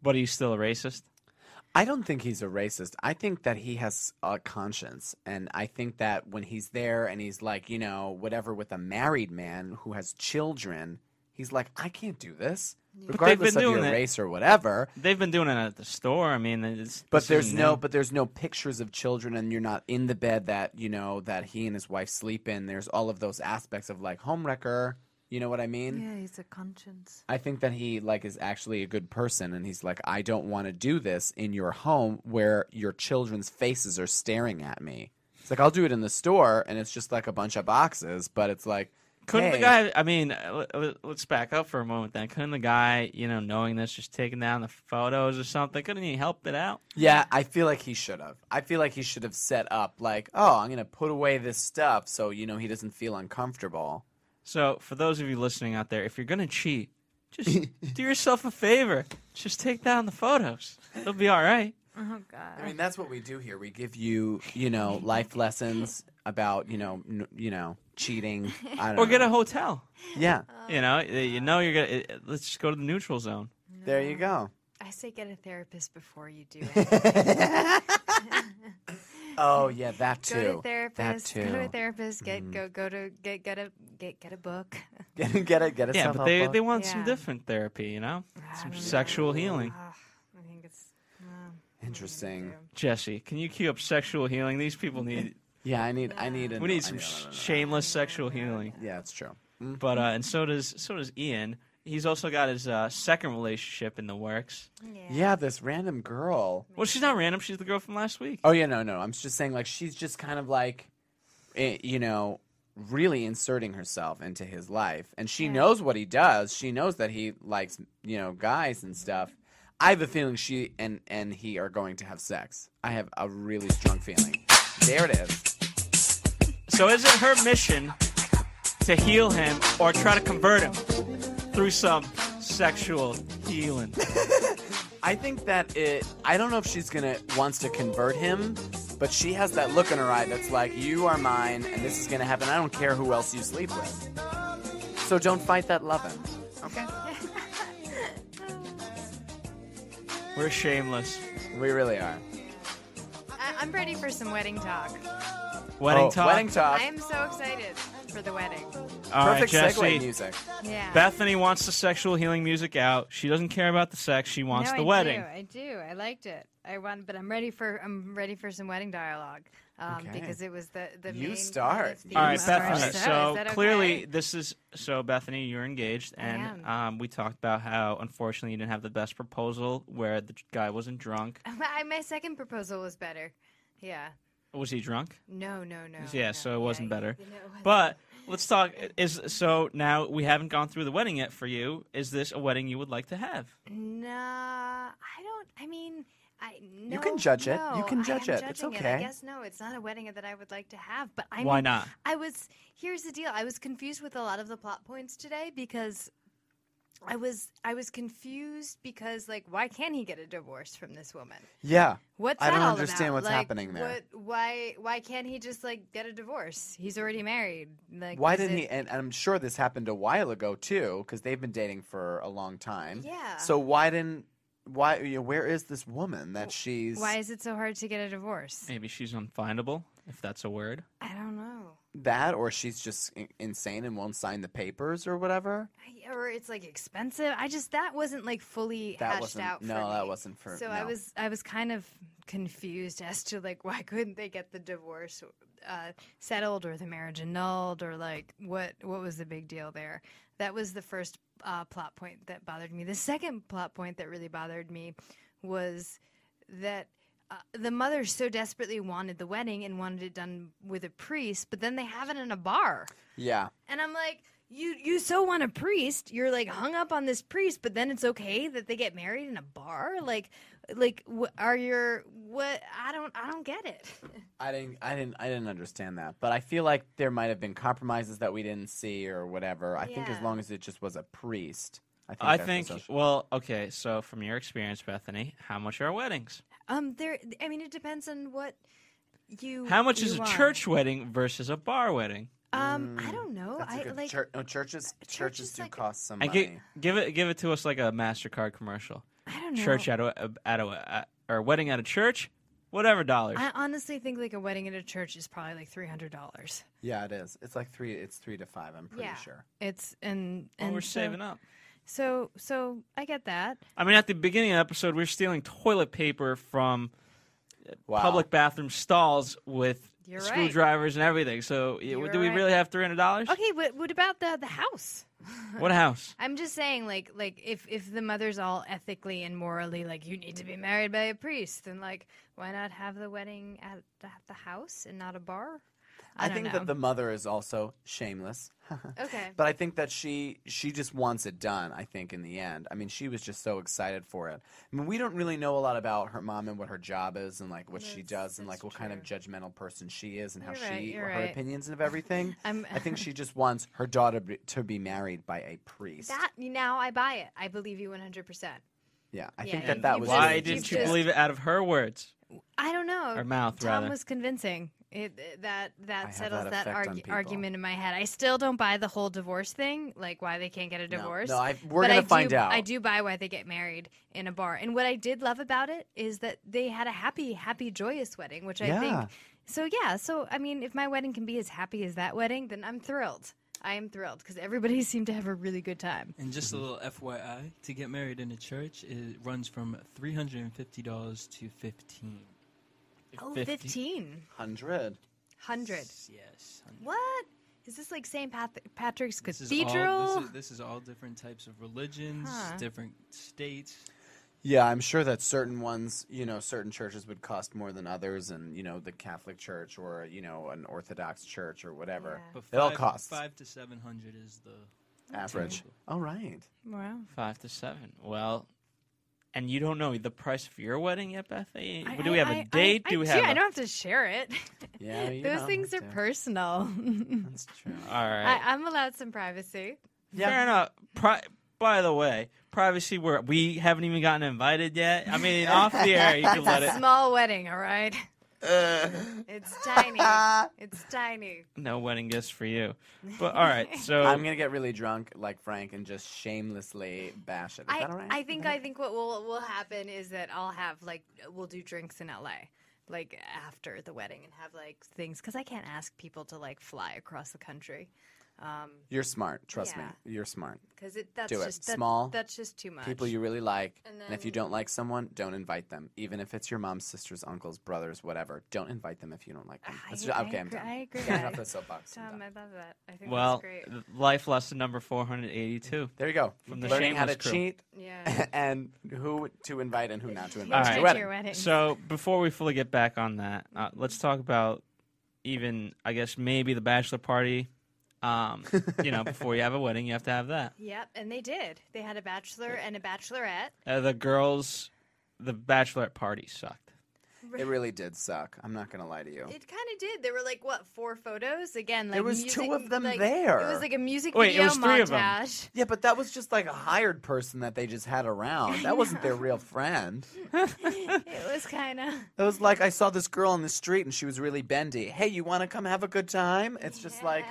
S3: But he's still a racist.
S4: I don't think he's a racist. I think that he has a conscience. And I think that when he's there and he's like, you know, whatever with a married man who has children, he's like, I can't do this.
S3: they've
S4: Regardless of
S3: been
S4: your
S3: doing it.
S4: race or whatever.
S3: They've been doing it at the store. I mean, it's,
S4: But
S3: this
S4: there's
S3: isn't
S4: no
S3: new.
S4: but there's no pictures of children and you're not in the bed that, you know, that he and his wife sleep in. There's all of those aspects of like homewrecker. You know what I mean?
S5: Yeah, he's a conscience.
S4: I think that he like is actually a good person and he's like I don't want to do this in your home where your children's faces are staring at me. It's like I'll do it in the store and it's just like a bunch of boxes, but it's like
S3: Couldn't the
S4: hey,
S3: guy? I mean, uh, let- let's back up for a moment. Then couldn't the guy, you know, knowing this, just taking down the photos or something? Couldn't he help it out?
S4: Yeah, I feel like he should have. I feel like he should have set up like, "Oh, I'm going to put away this stuff so you know he doesn't feel uncomfortable."
S3: So, for those of you listening out there, if you're gonna cheat, just do yourself a favor. Just take down the photos. It'll be all right.
S5: Oh
S4: I mean,
S5: God.
S4: that's what we do here. We give you, you know, life lessons about, you know, n- you know, cheating. I don't
S3: Or get
S4: know.
S3: a hotel.
S4: Yeah.
S5: Uh,
S3: You know, you know, you're gonna. it- it- Let's just go to the neutral zone.
S4: There you go.
S5: I say get a therapist before you do it.
S4: Oh yeah, that too.
S5: go to a therapist.
S4: That too.
S5: Go to a therapist. Get
S3: Mm.
S5: go go to get get a get get a book.
S4: get it- get it. Get it.
S3: Yeah, but they they want some
S5: Yeah.
S3: different therapy. You know,
S5: I
S3: some
S5: don't
S3: sexual
S5: know.
S3: healing.
S5: Ugh, Ah, I think it's um, well, what are you gonna
S4: Interesting.
S5: do?
S3: Jesse, can you cue up sexual healing? These people need.
S4: Yeah, I need. I need. A,
S3: We
S4: I
S3: need some
S4: a-
S3: sh- shameless sexual healing.
S4: Yeah, it's true.
S3: But uh, and so does so does Ian. He's also got his uh, second relationship in the works.
S4: Yeah, this random girl.
S3: Well, she's not random. She's the girl from last week.
S4: Oh yeah, no, no. I'm just saying, like, she's just kind of like, eh, you know, really inserting herself into his life, and she knows what he does. She knows that he likes, you know, guys and stuff. I have a feeling she and and he are going to have sex. I have a really strong feeling. There it is.
S3: So is it her mission to heal him or try to convert him through some sexual healing?
S4: I think that it. I don't know if she's gonna wants to convert him, but she has that look in her eye that's like, "You are mine, and this is gonna happen. I don't care who else you sleep with." So don't fight that lovin'. Okay.
S3: We're shameless.
S4: We really are.
S5: I, I'm ready for some wedding talk.
S3: Uh, Wedding
S4: Oh,
S3: talk.
S4: Wedding talk.
S5: I am so excited for the wedding.
S3: All right,
S4: Perfect
S3: Jesse.
S4: segue music.
S5: Yeah.
S3: Bethany wants the sexual healing music out. She doesn't care about the sex. She wants
S5: no,
S3: the
S5: I
S3: wedding.
S5: Do, I do. I liked it. I want, but I'm ready for I'm ready for some wedding dialogue um,
S4: Okay.
S5: because it was the the
S4: You
S5: main
S4: start.
S5: theme
S3: All right,
S5: of our
S3: Bethany.
S5: show.
S3: So
S5: Is that
S3: clearly,
S5: okay?
S3: this is so Bethany. You're engaged,
S5: am.
S3: and um, we talked about how unfortunately you didn't have the best proposal where the guy wasn't drunk.
S5: my, my second proposal was better. Yeah.
S3: Was he drunk?
S5: No, no, no.
S3: Yeah,
S5: no.
S3: so it wasn't
S5: yeah,
S3: better.
S5: you know, it wasn't.
S3: But let's talk. Is so now we haven't gone through the wedding yet for you. Is this a wedding you would like to have?
S5: Nah, I don't. I mean, I no,
S4: can judge it. You
S5: no,
S4: can
S5: I
S4: judge
S5: am
S4: it. It's
S5: judging I
S4: okay.
S5: guess no, it's not a wedding that I would like to have. But I
S3: Why
S5: mean,
S3: not?
S5: I was here's the deal. I was confused with a lot of the plot points today because I was I was confused because like why can't he get a divorce from this woman?
S4: Yeah.
S5: What's
S4: I
S5: that
S4: don't
S5: all
S4: understand
S5: about?
S4: what's
S5: Like,
S4: happening there.
S5: What, why why can't he just like get a divorce? He's already married. Like
S4: Why
S5: is
S4: didn't he?
S5: it-
S4: And I'm sure this happened a while ago too, because they've been dating for a long time.
S5: Yeah.
S4: So why didn't? Why? You know, where is this woman that she's?
S5: Why is it so hard to get a divorce?
S3: Maybe she's unfindable, if that's a word.
S5: I don't know.
S4: that or she's just in- insane and won't sign the papers or whatever.
S5: I- or it's like expensive. I just that wasn't like fully
S4: That
S5: hashed
S4: wasn't.
S5: out.
S4: no,
S5: for
S4: that
S5: me.
S4: wasn't for.
S5: So I
S4: no.
S5: was I was kind of confused as to like why couldn't they get the divorce uh, settled or the marriage annulled or like what what was the big deal there? That was the first uh, plot point that bothered me. The second plot point that really bothered me was that. Uh, the mother so desperately wanted the wedding and wanted it done with a priest, but then they have it in a bar.
S4: Yeah.
S5: And I'm like, you you so want a priest? You're like hung up on this priest, but then it's okay that they get married in a bar? Like, like wh- are your what? I don't I don't get it.
S4: I didn't, I didn't, I didn't understand that. But I feel like there might have been compromises that we didn't see or whatever. I think as
S5: Yeah.
S4: long as it just was a priest, I think.
S3: I
S4: that's
S3: think,
S4: essential.
S3: well, okay, so from your experience, Bethany, how much are weddings?
S5: Um, there. I mean, it depends on what you.
S3: How much is
S5: you
S3: a
S5: want.
S3: church wedding versus a bar wedding?
S5: Um, I don't know.
S4: Mm, That's a
S5: I
S4: good
S5: like.
S4: chur- no, churches. Churches,
S5: churches,
S4: do
S5: like-
S4: cost some
S3: And
S4: money.
S3: gi- give it give it to us like a Mastercard commercial.
S5: I don't know.
S3: Church at a, at a at- or wedding at a church, whatever dollars.
S5: I honestly think like a wedding at a church is probably like three hundred dollars.
S4: yeah, it is. It's like three. It's three to five. I'm pretty
S5: Yeah.
S4: sure.
S5: It's and
S3: Well,
S5: and
S3: we're
S5: so,
S3: saving up.
S5: So so I get that.
S3: I mean, at the beginning of the episode, we are stealing toilet paper from
S4: Wow.
S3: public bathroom stalls with
S5: You're right.
S3: screwdrivers and everything. So, yeah,
S5: You're
S3: do we
S5: right.
S3: really have three hundred dollars?
S5: Okay, what what about the the house?
S3: What house?
S5: I'm just saying, like, like if if the mother's all ethically and morally like you need to be married by a priest, then like why not have the wedding at the, the house and not a bar? I,
S4: I,
S5: don't
S4: think
S5: know.
S4: that the mother is also shameless.
S5: Okay.
S4: But I think that she she just wants it done. I think in the end, I mean, she was just so excited for it. I mean, we don't really know a lot about her mom and what her job is and like what she
S5: That's-
S4: does and
S5: that's
S4: like what kind of judgmental person she is and how
S5: You're right,
S4: she
S5: you're
S4: her
S5: right.
S4: opinions of everything.
S5: I'm-
S4: I think she just wants her daughter be, to be married by a priest.
S5: that now I buy it. I believe you 100. percent
S4: yeah, I
S5: Yeah,
S4: think
S5: you-
S4: that that
S5: you
S4: was
S5: just-
S4: really
S3: Why
S5: you
S4: just
S3: didn't you
S4: it.
S5: just-
S3: believe it out of her words?
S5: I don't know.
S3: Or mouth,
S5: Tom
S3: rather.
S5: was convincing. It that that
S4: have
S5: settles
S4: that
S5: that,
S4: effect on
S5: argu-
S4: people.
S5: argument in my head. I still don't buy the whole divorce thing, like why they can't get a
S4: No,
S5: divorce.
S4: no, I- we're
S5: but
S4: gonna
S5: I do-
S4: find out.
S5: I do buy why they get married in a bar. And what I did love about it is that they had a happy, happy, joyous wedding, which I
S4: Yeah.
S5: think. So yeah, so I mean, if my wedding can be as happy as that wedding, then I'm thrilled. I am thrilled because everybody seemed to have a really good time.
S6: And just a
S4: Mm-hmm.
S6: little FYI, to get married in a church, it runs from three hundred and fifty dollars to fifteen.
S5: Oh,
S6: 50.
S5: 15.
S4: hundred.
S5: 100.
S6: Yes.
S5: What? Is this like St. Pat- Patrick's
S6: This is all-
S5: Cathedral?
S6: this, is, this is all different types of religions,
S5: Huh.
S6: different states.
S4: Yeah, I'm sure that certain ones, you know, certain churches would cost more than others, and you know, the Catholic Church or you know, an Orthodox Church or whatever.
S5: Yeah.
S6: But
S4: It all
S6: five-
S4: costs.
S6: five to seven hundred is the
S4: average.
S6: Typical.
S4: All right.
S5: Wow.
S3: Five to seven. Well, and you don't know the price of your wedding yet, Bethany.
S5: I-
S3: Do we have
S5: I-
S3: a
S5: I-
S3: date?
S5: I
S3: do we
S5: I
S3: have? a-
S5: don't have to share it.
S4: Yeah, you
S5: Those
S4: don't
S5: things are
S4: have to.
S5: personal.
S4: That's true.
S3: All right.
S5: I, I'm allowed some privacy.
S3: Fair enough. Pri- by the way, privacy. Where we haven't even gotten invited yet. I mean, off the air, you can let it.
S5: Small wedding, all right?
S4: Uh,
S5: It's tiny. it's tiny.
S3: No wedding gifts for you. But all right. So
S4: I'm gonna get really drunk like Frank and just shamelessly bash it. Is
S5: I,
S4: that all right?
S5: I think I think what will will happen is that I'll have like we'll do drinks in LA like after the wedding and have like things cuz I can't ask people to like fly across the country
S4: you're smart. Trust
S5: Yeah.
S4: me, you're smart.
S5: cuz it that's
S4: Do it.
S5: just that-
S4: Small
S5: that's just too much.
S4: People you really like, and,
S5: And
S4: if you
S5: then-
S4: don't like someone, don't invite them. Even if it's your mom's, sister's, uncle's, brothers, whatever. Don't invite them if you don't like them.
S5: I-
S4: That's
S5: I
S4: okay, I'm
S5: agree-
S4: done.
S5: I agree.
S4: Yeah, I'm off the soapbox. I'm
S5: Tom,
S4: done.
S5: I love that. I think
S3: well,
S5: that's great.
S3: life lesson number four hundred eighty-two.
S4: There you go.
S3: From the
S4: Learning how to
S3: shameless crew.
S4: cheat
S5: Yeah.
S4: and who to invite and who not to
S5: All
S4: invite.
S3: right.
S4: to
S5: right.
S4: your
S5: Your
S4: wedding.
S5: wedding.
S3: So before we fully get back on that, uh, let's talk about even I guess maybe the bachelor party. Um, you know, before you have a wedding, you have to have that.
S5: Yep, and they did. They had a bachelor and a bachelorette.
S3: Uh, the girls, the bachelorette party sucked.
S5: re-
S4: It really did suck. I'm not gonna lie to you.
S5: It kind of did. There were like what four photos again? Like
S4: was
S5: music-
S4: two of them
S5: like,
S4: there.
S5: It was like a music
S3: Wait, it
S5: video
S3: was three of them.
S5: montage.
S4: yeah, but that was just like a hired person that they just had around. That wasn't their real friend.
S5: it was kind of.
S4: That was like I saw this girl on the street and she was really bendy. Hey, you want to come have a good time? It's just like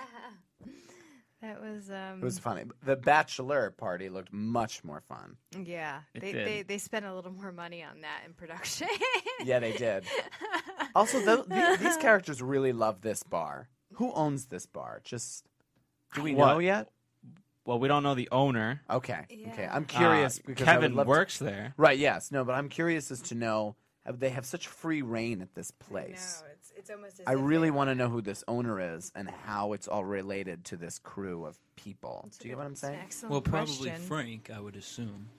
S5: That was. Um,
S4: it was funny. The bachelor party looked much more fun.
S5: Yeah,
S3: It
S5: they,
S3: did.
S5: they they spent a little more money on that in production.
S4: Yeah, they did. Also, tho- the, these characters really love this bar. Who owns this bar? Just do we know
S3: What?
S4: yet?
S3: Well, we don't know the owner.
S4: Okay. Okay. I'm
S3: Uh,
S4: curious because I would
S3: Kevin
S4: love to-
S3: works there.
S4: right. Yes. No. But I'm curious as to know. uh, They have such free reign at this place.
S5: No, it's it's almost. As
S4: I
S5: if they
S4: really
S5: own
S4: want to know
S5: it.
S4: who this owner is and how it's all related to this crew of people.
S5: It's a
S4: Do you
S5: good-
S4: get what I'm
S5: it's an
S4: saying?
S5: Excellent
S6: Well, probably
S5: Oh, question.
S6: Frank, I would assume.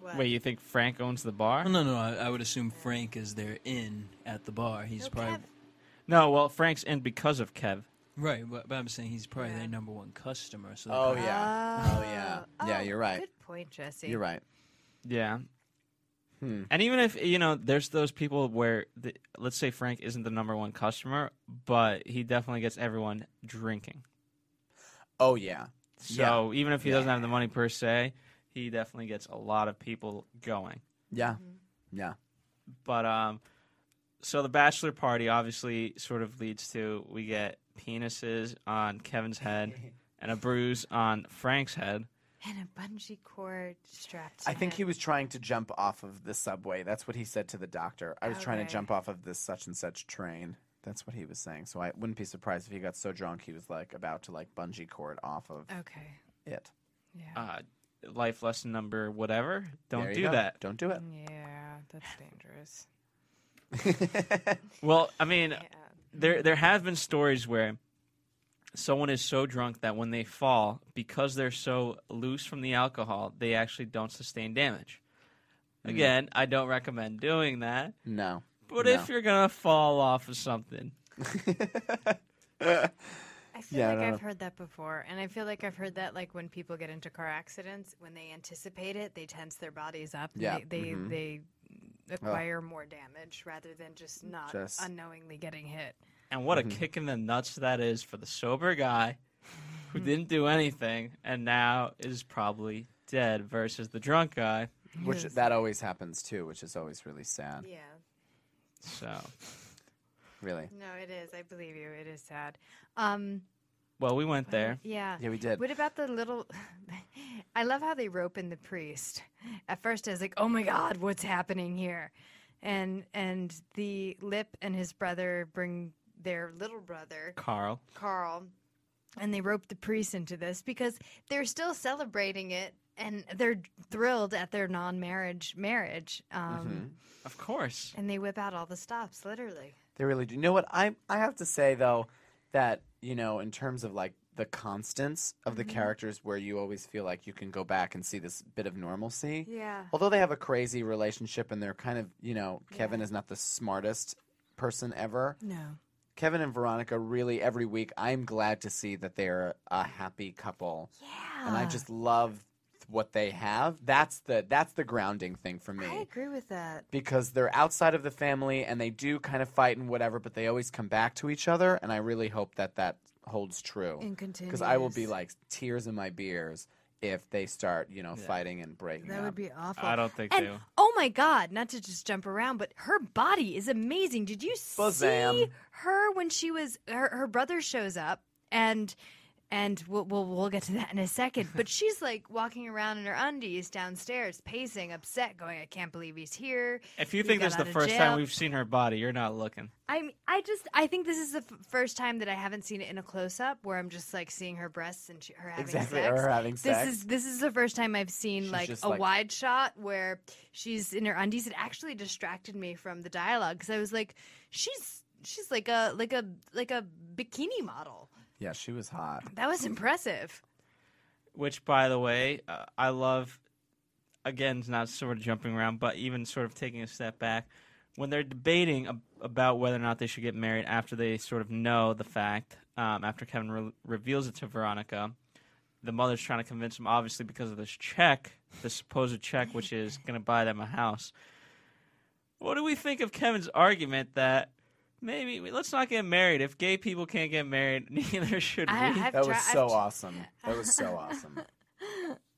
S5: What?
S3: Wait, you think Frank owns the bar?
S6: Oh, no, no, I, I would assume Frank is there in at the bar. He's
S5: No,
S6: probably
S5: Kev.
S3: No, well, Frank's in because of Kev.
S6: right, but, but I'm saying he's probably
S5: Yeah.
S6: their number one customer. So
S4: Oh
S6: they
S4: yeah. Oh yeah. Yeah.
S5: Oh,
S4: You're right.
S5: Good point, Jesse.
S4: You're right.
S3: Yeah.
S4: Hmm.
S3: And even if you know, there's those people where, the, let's say Frank isn't the number one customer, but he definitely gets everyone drinking.
S4: Oh yeah.
S3: So even if he doesn't have the money per se, he definitely gets a lot of people going.
S4: Yeah.
S5: Mm-hmm.
S4: Yeah.
S3: But um, so the bachelor party obviously sort of leads to we get penises on Kevin's head and a bruise on Frank's head.
S5: And a bungee cord strapped. To
S4: I think
S5: him.
S4: he was trying to jump off of the subway. That's what he said to the doctor. I was trying to
S5: Okay.
S4: jump off of this such and such train. That's what he was saying. So I wouldn't be surprised if he got so drunk he was like about to like bungee cord off of
S5: Okay.
S4: it.
S5: Yeah.
S3: Uh, life lesson number whatever. Don't
S4: There you
S3: do
S4: go.
S3: that.
S4: Don't do
S5: Mm.
S4: it.
S5: yeah, that's dangerous.
S3: Well, I mean,
S5: Yeah.
S3: there there have been stories where someone is so drunk that when they fall, because they're so loose from the alcohol, they actually don't sustain damage.
S4: Mm.
S3: Again, I don't recommend doing that.
S4: no.
S3: But
S4: No.
S3: if you're gonna fall off of something,
S5: I feel
S4: Yeah, I
S5: like
S4: don't
S5: I've
S4: know.
S5: heard that before, and I feel like I've heard that like when people get into car accidents, when they anticipate it, they tense their bodies up. and
S4: Yeah, mm-hmm.
S5: They they, they acquire more damage rather than just not
S4: Just-
S5: unknowingly getting hit.
S3: and what
S4: Mm-hmm.
S3: a kick in the nuts that is for the sober guy who didn't do anything and now is probably dead versus the drunk guy.
S4: Which that always happens too, which is always really sad.
S5: Yeah.
S3: So,
S4: Really.
S5: No, it is. I believe you. It is sad. Um.
S3: well, we went there.
S5: Yeah.
S4: Yeah, we did.
S5: What about the little? I love how they rope in the priest. At first, I was like, "Oh my God, what's happening here?" And and the lip and his brother bring their little brother
S3: Carl.
S5: Carl, and they rope the priest into this because they're still celebrating it and they're thrilled at their non-marriage marriage. Um,
S4: Mm-hmm.
S3: Of course.
S5: And they whip out all the stops, literally.
S4: They really do. You know what? I I have to say though that you know in terms of like the constants of
S5: Mm-hmm.
S4: the characters, where you always feel like you can go back and see this bit of normalcy.
S5: Yeah.
S4: Although they have a crazy relationship and they're kind of you know Kevin is not the smartest person ever.
S5: No.
S4: Kevin and Veronica really every week. I'm glad to see that they're a happy couple,
S5: Yeah.
S4: and I just love what they have. That's the that's the grounding thing for me
S5: I agree with that.
S4: because they're outside of the family and they do kind of fight and whatever, but they always come back to each other. And I really hope that that holds true
S5: And continue.
S4: because I will be like tears in my beers if they start, you know, fighting and breaking
S5: That
S4: up.
S5: would be awful.
S3: I don't think
S5: and,
S3: they-
S5: Oh my God! Not to just jump around, but her body is amazing. Did you see
S4: Bazam.
S5: her when she was her, her brother shows up and and we'll, we'll we'll get to that in a second. But she's like walking around in her undies downstairs, pacing, upset, going, "I can't believe he's here."
S3: If you
S5: He
S3: think
S5: got
S3: this is the
S5: out of
S3: first
S5: jail."
S3: time we've seen her body, you're not looking.
S5: I'm I just I think this is the f- first time that I haven't seen it in a close up where I'm just like seeing her breasts and she, her having
S4: Exactly,
S5: sex.
S4: or her having
S5: this
S4: sex.
S5: is this is the first time I've seen
S4: She's
S5: like
S4: just
S5: a
S4: like-
S5: wide shot where she's in her undies. It actually distracted me from the dialogue because I was like, she's she's like a like a like a bikini model.
S4: yeah, she was hot.
S5: That was impressive.
S3: Which, by the way, uh, I love. Again, it's not sort of jumping around, but even sort of taking a step back when they're debating ab- about whether or not they should get married after they sort of know the fact. Um, after Kevin re- reveals it to Veronica, the mother's trying to convince him, obviously because of this check, the supposed check, which is going to buy them a house. What do we think of Kevin's argument that maybe we- let's not get married? If gay people can't get married, neither should we.
S5: I, I've
S4: That
S5: tri-
S4: was
S5: I've
S4: so
S5: tr-
S4: awesome. That was so awesome.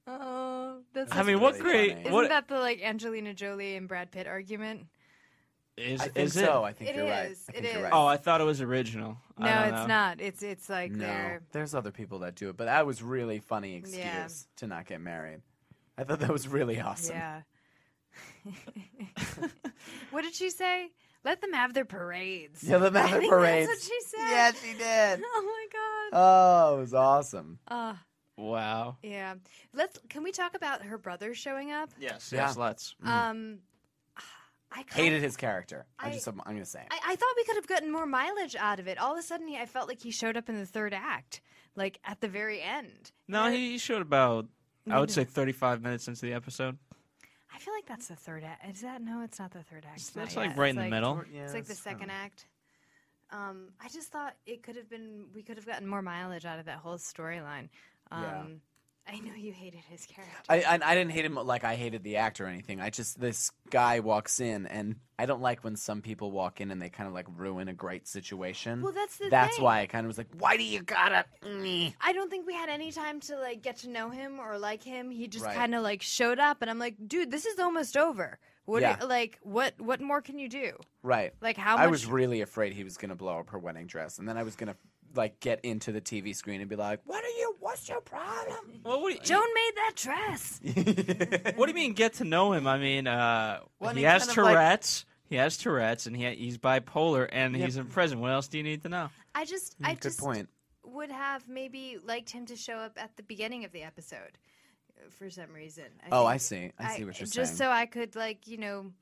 S5: Oh, that's.
S3: I
S5: such-
S3: mean, what
S4: really
S3: great?
S4: funny.
S5: Isn't
S3: What
S5: that the like Angelina Jolie and Brad Pitt argument?
S3: is,
S4: I think
S3: is it?
S4: so. I think
S5: It
S4: you're right.
S5: is,
S4: I
S5: it
S4: think you're
S5: is.
S4: right.
S3: Oh, I thought it was original. I
S5: No,
S3: don't
S5: it's
S3: know.
S5: not. It's it's like
S4: no,
S5: they're.
S4: there's other people that do it, but that was really funny excuse
S5: Yeah.
S4: to not get married. I thought that was really awesome.
S5: Yeah. what did she say? Let them have their parades.
S4: Yeah, let them have
S5: I
S4: their
S5: think
S4: parades.
S5: That's what she said.
S4: Yeah, she did.
S5: Oh my god.
S4: Oh, it was awesome.
S5: Uh,
S3: Wow.
S5: yeah. Let's. Can we talk about her brother showing up?
S3: Yes.
S4: Yeah.
S3: Yes. Let's.
S4: Hmm.
S5: Um, I kind
S4: Hated his character. I,
S5: I-
S4: just, I'm, I'm gonna say. it.
S5: I, I thought we could have gotten more mileage out of it. All of a sudden, he- I felt like he showed up in the third act, like at the very end.
S3: No,
S5: And
S3: he showed about. I would say 35 minutes into the episode.
S5: I feel like that's the third act. Is that no? It's not the third act. It's not
S3: That's like
S5: yet.
S3: right
S5: It's
S3: in the middle.
S4: Yeah,
S5: It's like the
S4: that's kinda-
S5: second act. Um, I just thought it could have been. We could have gotten more mileage out of that whole storyline. Um,
S4: Yeah.
S5: I know you hated his character.
S4: I, I I didn't hate him like I hated the actor or anything. I just this guy walks in and I don't like when some people walk in and they kind of like ruin a great situation.
S5: Well, that's the
S4: that's
S5: thing.
S4: why I kind of was like, why do you gotta? mm."
S5: I don't think we had any time to like get to know him or like him. He just
S4: Right.
S5: kind of like showed up, and I'm like, dude, this is almost over. What do-
S4: Yeah.
S5: like what what more can you do?
S4: Right.
S5: Like how much?
S4: I was really afraid he was gonna blow up her wedding dress, and then I was gonna like get into the TV screen and be like, what are you? What's your problem?
S3: Well, what do you,
S5: Joan made that dress.
S3: what do you mean get to know him? I mean, uh,
S4: Well, I
S3: he
S4: mean,
S3: has
S4: kind of like-
S3: Tourette's. He has Tourette's, and he he's bipolar, and he's in prison. What else do you need to know?
S5: I just I
S4: Mm, Good
S5: just
S4: point.
S5: would have maybe liked him to show up at the beginning of the episode uh, for some reason. I
S4: Oh,
S5: think-
S4: I see. I see what you're
S5: just
S4: saying.
S5: so I could like you know,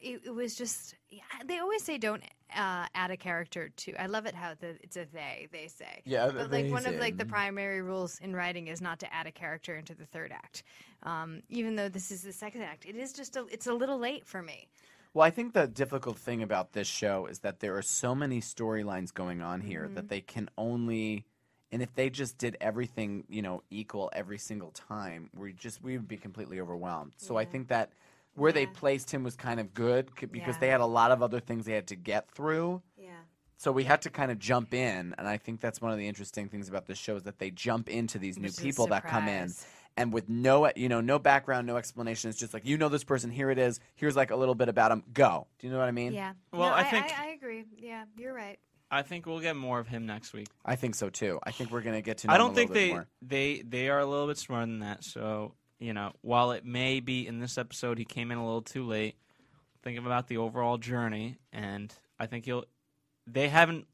S5: it, it was just yeah, they always say don't uh, add a character to. I love it how the, it's a they they say.
S4: Yeah,
S5: but
S4: they
S5: like one of
S4: say.
S5: like the primary rules in writing is not to add a character into the third act. Um, even though this is the second act, it is just a it's a little late for me.
S4: Well, I think the difficult thing about this show is that there are so many storylines going on here
S5: Mm-hmm.
S4: that they can only and if they just did everything, you know, equal every single time, we just we would be completely overwhelmed. So I think that where they placed him was kind of good c- because
S5: Yeah.
S4: they had a lot of other things they had to get through.
S5: Yeah.
S4: So we had to kind of jump in, and I think that's one of the interesting things about this show is that they jump into these new
S5: Which is a
S4: people that come in,
S5: surprise.
S4: and with no you know no background, no explanation. It's just like you know this person, here it is. Here's like a little bit about him. Go. Do you know what I mean?
S5: Yeah.
S3: Well,
S5: No,
S3: I think-
S5: I, I agree. Yeah, you're right.
S3: I think we'll get more of him next week.
S4: I think so too. I think we're gonna get to. Know
S3: I
S4: him
S3: don't
S4: a
S3: think
S4: little bit
S3: they
S4: more.
S3: they they are a little bit smarter than that. So you know, while it may be in this episode he came in a little too late, think about the overall journey, and I think he'll. They haven't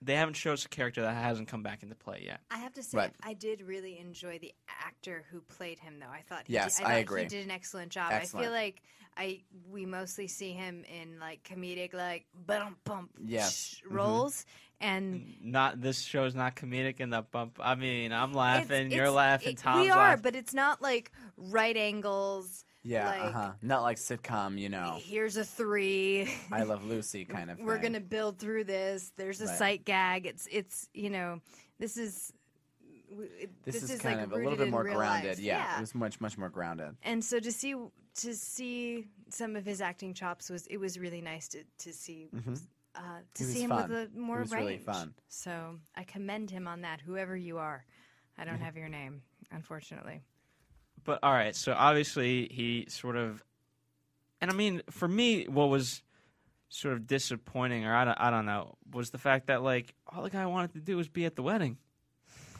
S3: they haven't showed us a character that hasn't come back into play yet.
S5: I have to say,
S4: Right.
S5: I did really enjoy the actor who played him, though. I thought he
S4: Yes,
S5: did,
S4: I
S5: thought
S4: agree.
S5: He did an excellent job. I
S4: Excellent.
S5: feel like I we mostly see him in like comedic, like bump bump
S4: Yes. Mhm.
S5: roles,
S3: Mm.
S5: and
S3: Not this show is not comedic in the bump. I mean, I'm laughing,
S5: it's-
S3: you're
S5: it's-
S3: laughing,
S5: it-
S3: Tom's
S5: We are,
S3: laughing.
S5: but it's not like right angles.
S4: Yeah.
S5: like-
S4: uh-huh. Not like sitcom. You know,
S5: Here's a three.
S4: I Love Lucy kind of.
S5: We're
S4: thing.
S5: gonna build through this. There's a
S4: Right.
S5: sight gag. It's it's you know this is. w- it-
S4: This, is, kind
S5: like
S4: of a little
S5: rooted
S4: bit
S5: in
S4: more
S5: real
S4: grounded.
S5: life.
S4: Yeah, It was much much more grounded.
S5: and so to see to see some of his acting chops was it was really nice to to see uh, to
S4: Mm-hmm. It was
S5: see him
S4: fun.
S5: with a more
S4: It was
S5: range.
S4: really fun.
S5: So I commend him on that. Whoever you are, I
S4: Mm-hmm.
S5: don't have your name, unfortunately.
S3: But all right, so obviously he sort of, and I mean, for me, what was sort of disappointing, or I don't, I don't know, was the fact that like all the guy wanted to do was be at the wedding.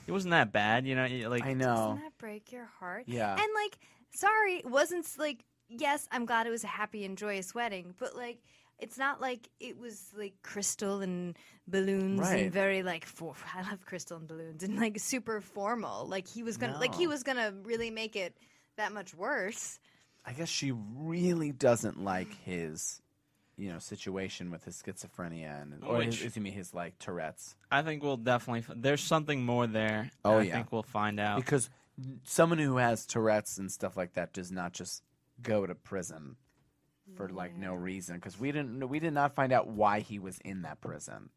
S3: It wasn't that bad, you know. you- Like
S4: I know.
S5: Doesn't that break your heart?
S4: Oh. Yeah.
S5: And like, sorry, it wasn't s- like yes, I'm glad it was a happy and joyous wedding, but like. It's not like it was like crystal and balloons
S4: Right.
S5: and very like for I love crystal and balloons and like super formal. Like he was gonna like he
S4: No.
S5: was gonna really make it that much worse.
S4: I guess she really doesn't like his, you know, situation with his schizophrenia and or his,
S3: Which-
S4: excuse me, his like Tourette's.
S3: I think we'll definitely f- there's something more there.
S4: Oh,
S3: and I
S4: yeah.
S3: think we'll find
S5: Oh.
S3: out.
S4: Because someone who has Tourette's and stuff like that does not just go to prison for like no reason. Because we didn't, know- we did not find out why he was in that prison.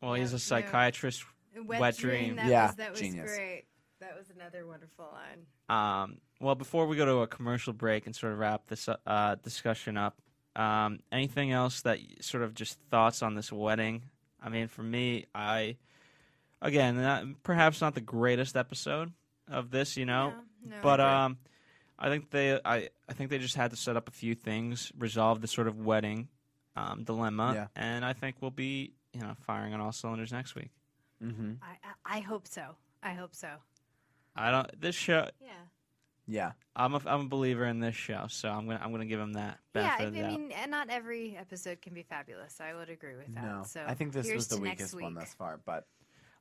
S3: well, he's
S5: Yeah,
S3: a psychiatrist.
S5: Wet,
S3: Wet dream.
S5: dream. That
S4: Yeah,
S5: was, that was
S4: genius.
S5: great. That was another wonderful line.
S3: Um, well, before we go to a commercial break and sort of wrap this uh, discussion up, Um, anything else that y- sort of just thoughts on this wedding? I mean, for me, I again, not, perhaps not the greatest episode of this, you know,
S5: No, no,
S3: but
S5: I agree.
S3: um, I think they, I, I think they just had to set up a few things, resolve the sort of wedding um, dilemma,
S4: Yeah.
S3: and I think we'll be, you know, firing on all cylinders next week. um,
S4: Mm-hmm.
S5: I, I I hope so. I hope so.
S3: I don't. This show,
S5: Yeah.
S4: Yeah.
S3: I'm a, I'm a believer in this show, so I'm gonna, I'm gonna give him that
S5: Yeah,
S3: benefit
S5: I, I
S3: of the doubt.
S5: mean, and not every episode can be fabulous. I would agree with that.
S4: No.
S5: So
S4: I think this
S5: here's
S4: was the
S5: to next
S4: weakest one
S5: week.
S4: thus far, but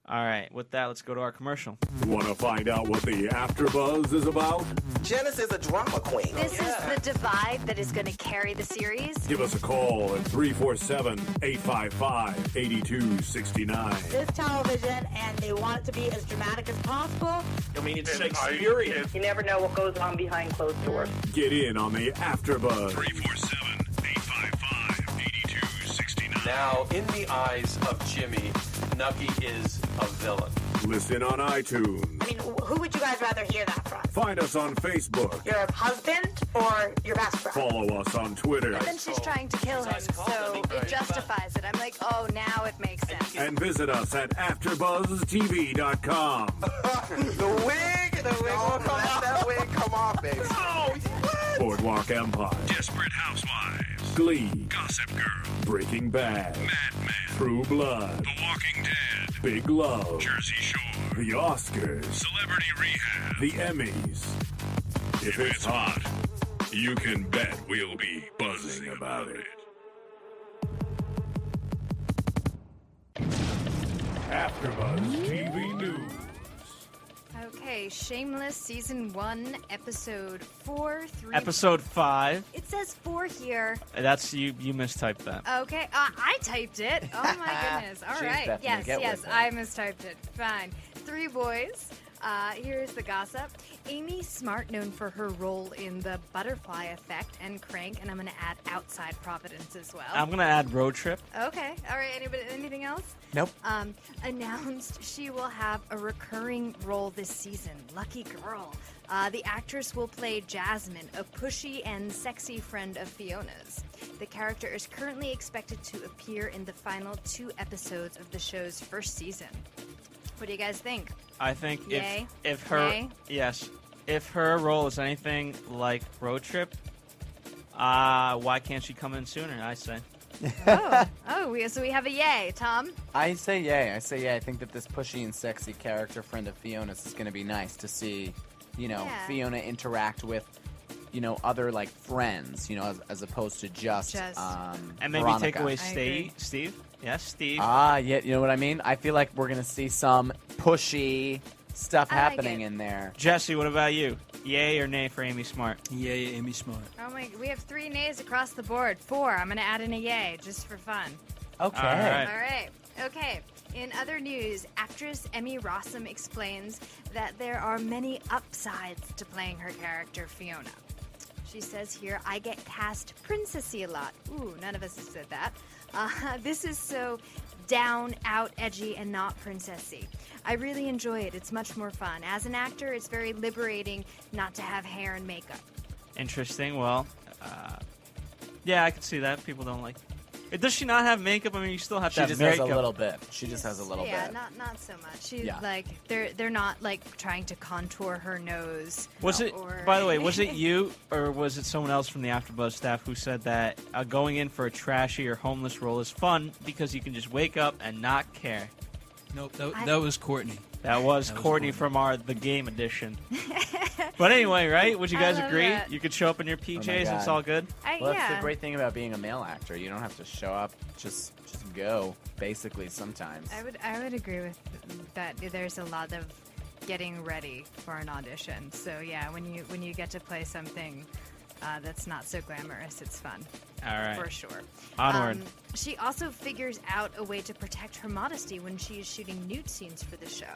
S3: all right, with that, let's go to our commercial.
S1: Want to find out what the AfterBuzz is about?
S7: Janice is a drama queen.
S8: This is the divide that is going to carry the series.
S1: Give us a call at 347 855 8269.
S9: This television, and they want it to be as dramatic as possible.
S7: We need Shakespearean.
S10: You never know what goes on behind closed doors.
S1: Get in on the AfterBuzz.
S11: 347 855 8269.
S7: Now, in the eyes of Jimmy, Nucky is a villain.
S1: Listen on iTunes.
S9: I mean, wh- who would you guys rather hear that from?
S1: Find us on Facebook.
S9: Your husband or your best friend?
S1: Follow us on Twitter.
S8: But then she's trying to kill him, so it justifies it. I'm like, oh, now it makes sense.
S1: And visit us at AfterBuzzTV.com.
S7: The wig, the wig will come off. Oh, That wig come off, baby.
S1: Boardwalk Empire.
S11: Desperate Housewives.
S1: Glee.
S11: Gossip Girl.
S1: Breaking Bad.
S11: Batman.
S1: True Blood.
S11: The Walking Dead.
S1: Big Love.
S11: Jersey Shore.
S1: The Oscars.
S11: Celebrity Rehab.
S1: The Emmys. If it's hot, you can bet we'll be buzzing about it. AfterBuzz TV News.
S5: Okay, Shameless season one, episode four, three.
S3: Episode five.
S5: It says four here.
S3: That's you. You mistyped that.
S5: Okay, uh, I typed it. Oh my goodness! All
S4: She's
S5: right.
S4: definitely
S5: Yes,
S4: get
S5: yes,
S4: with it.
S5: I mistyped it. Fine. Three boys. Uh, here's the gossip. Amy Smart, known for her role in The Butterfly Effect and Crank, and I'm going to add Outside Providence as well.
S3: I'm gonna add road trip.
S5: okay. All right. Anybody? Anything else?
S4: nope.
S5: um, announced she will have a recurring role this season. Lucky girl. Uh, the actress will play Jasmine, a pushy and sexy friend of Fiona's. The character is currently expected to appear in the final two episodes of the show's first season. What do you guys think?
S3: I think
S5: Yay.
S3: if if her
S5: Yay.
S3: yes, if her role is anything like road trip, uh, why can't she come in sooner? I say.
S5: oh, oh, we, so we have a yay, Tom.
S4: I say yay. I say yay. I think that this pushy and sexy character friend of Fiona's is going to be nice to see, you know,
S5: Yeah.
S4: Fiona interact with, you know, other like friends, you know, as, as opposed to just,
S5: Just-
S4: um,
S3: And maybe
S4: Veronica.
S3: take away
S5: I
S3: Steve.
S5: agree.
S3: Steve. Yes, Steve.
S4: Ah, yeah, you know what I mean. I feel like we're going to see some pushy stuff
S5: I like
S4: happening
S5: it.
S4: in there.
S3: Jesse, what about you? Yay or nay for Amy Smart?
S6: Yeah, yeah, Amy Smart.
S5: Oh my, we have three nays across the board. Four. I'm going to add in a yay just for fun.
S4: Okay.
S3: All right.
S5: All right. Okay. In other news, actress Emmy Rossum explains that there are many upsides to playing her character Fiona. She says here, I get cast princessy a lot. Ooh, none of us have said that. Uh, this is so down, out, edgy, and not princessy. I really enjoy it. It's much more fun. As an actor, it's very liberating not to have hair and makeup.
S3: Interesting. Well, uh, yeah, I could see that. People don't like. Does she not have makeup? I mean, you still have
S4: She
S3: to
S4: just
S3: have
S4: has a
S3: makeup.
S4: little bit. She just has a little
S5: yeah,
S4: bit.
S5: not not so much. She's
S4: Yeah.
S5: like they're they're not like trying to contour her nose.
S3: Was it?
S5: or-
S3: By the way, was it you or was it someone else from the AfterBuzz staff who said that uh, going in for a trashy or homeless role is fun because you can just wake up and not care?
S6: Nope, that,
S5: I-
S6: that was Courtney.
S3: That was
S6: That
S3: Courtney
S6: was Courtney.
S3: from our The Game edition. but anyway, right? Would you
S5: I
S3: guys
S5: love
S3: agree?
S5: that.
S3: You could show up in your PJs and it's
S4: Oh God.
S3: all good.
S5: I,
S4: Well,
S5: yeah.
S4: that's the great thing about being a male actor. You don't have to show up. Just, just go. Basically, sometimes.
S5: I would I would agree with that. There's a lot of getting ready for an audition. So yeah, when you when you get to play something uh, that's not so glamorous, it's fun
S3: All right.
S5: for sure.
S3: Onward.
S5: Um, she also figures out a way to protect her modesty when she is shooting nude scenes for the show.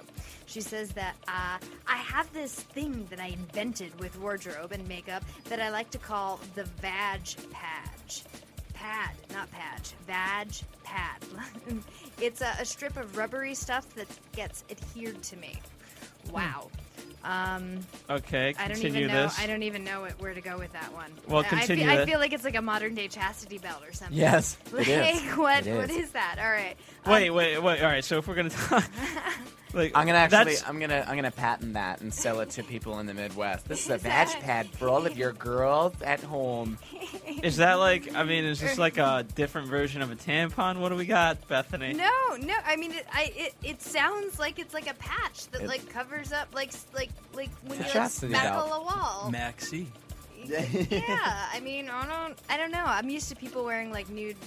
S5: She says that uh, I have this thing that I invented with wardrobe and makeup that I like to call the Vag Patch. Pad, not patch. Vag pad. it's a, a strip of rubbery stuff that gets adhered to me. Wow. Um,
S3: Okay,
S5: I don't
S3: Hmm. continue
S5: even know.
S3: this.
S5: I don't even know what, where to go with that one.
S3: Well,
S5: I- I
S3: continue
S5: feel, I
S3: it.
S5: feel like it's like a modern day chastity belt or something.
S4: Yes,
S5: Like
S4: it is.
S5: what?
S4: It is.
S5: What is that? All right. Um,
S3: wait, wait, wait. All right, so if we're gonna talk, like,
S4: I'm gonna actually,
S3: that's-
S4: I'm gonna, I'm gonna patent that and sell it to people in the Midwest. This is a badge pad for all of your girls at home.
S3: Is that like? I mean, is this like a different version of a tampon? What do we got, Bethany?
S5: No, no. I mean, it, I, it, it sounds like it's like a patch that
S4: It-
S5: like covers up like s- like like when
S4: It's
S5: you
S4: a
S5: like,
S4: chastity
S5: spackle
S4: belt.
S5: a wall.
S6: Maxi.
S5: yeah, I mean, I don't, I don't know. I'm used to people wearing like nude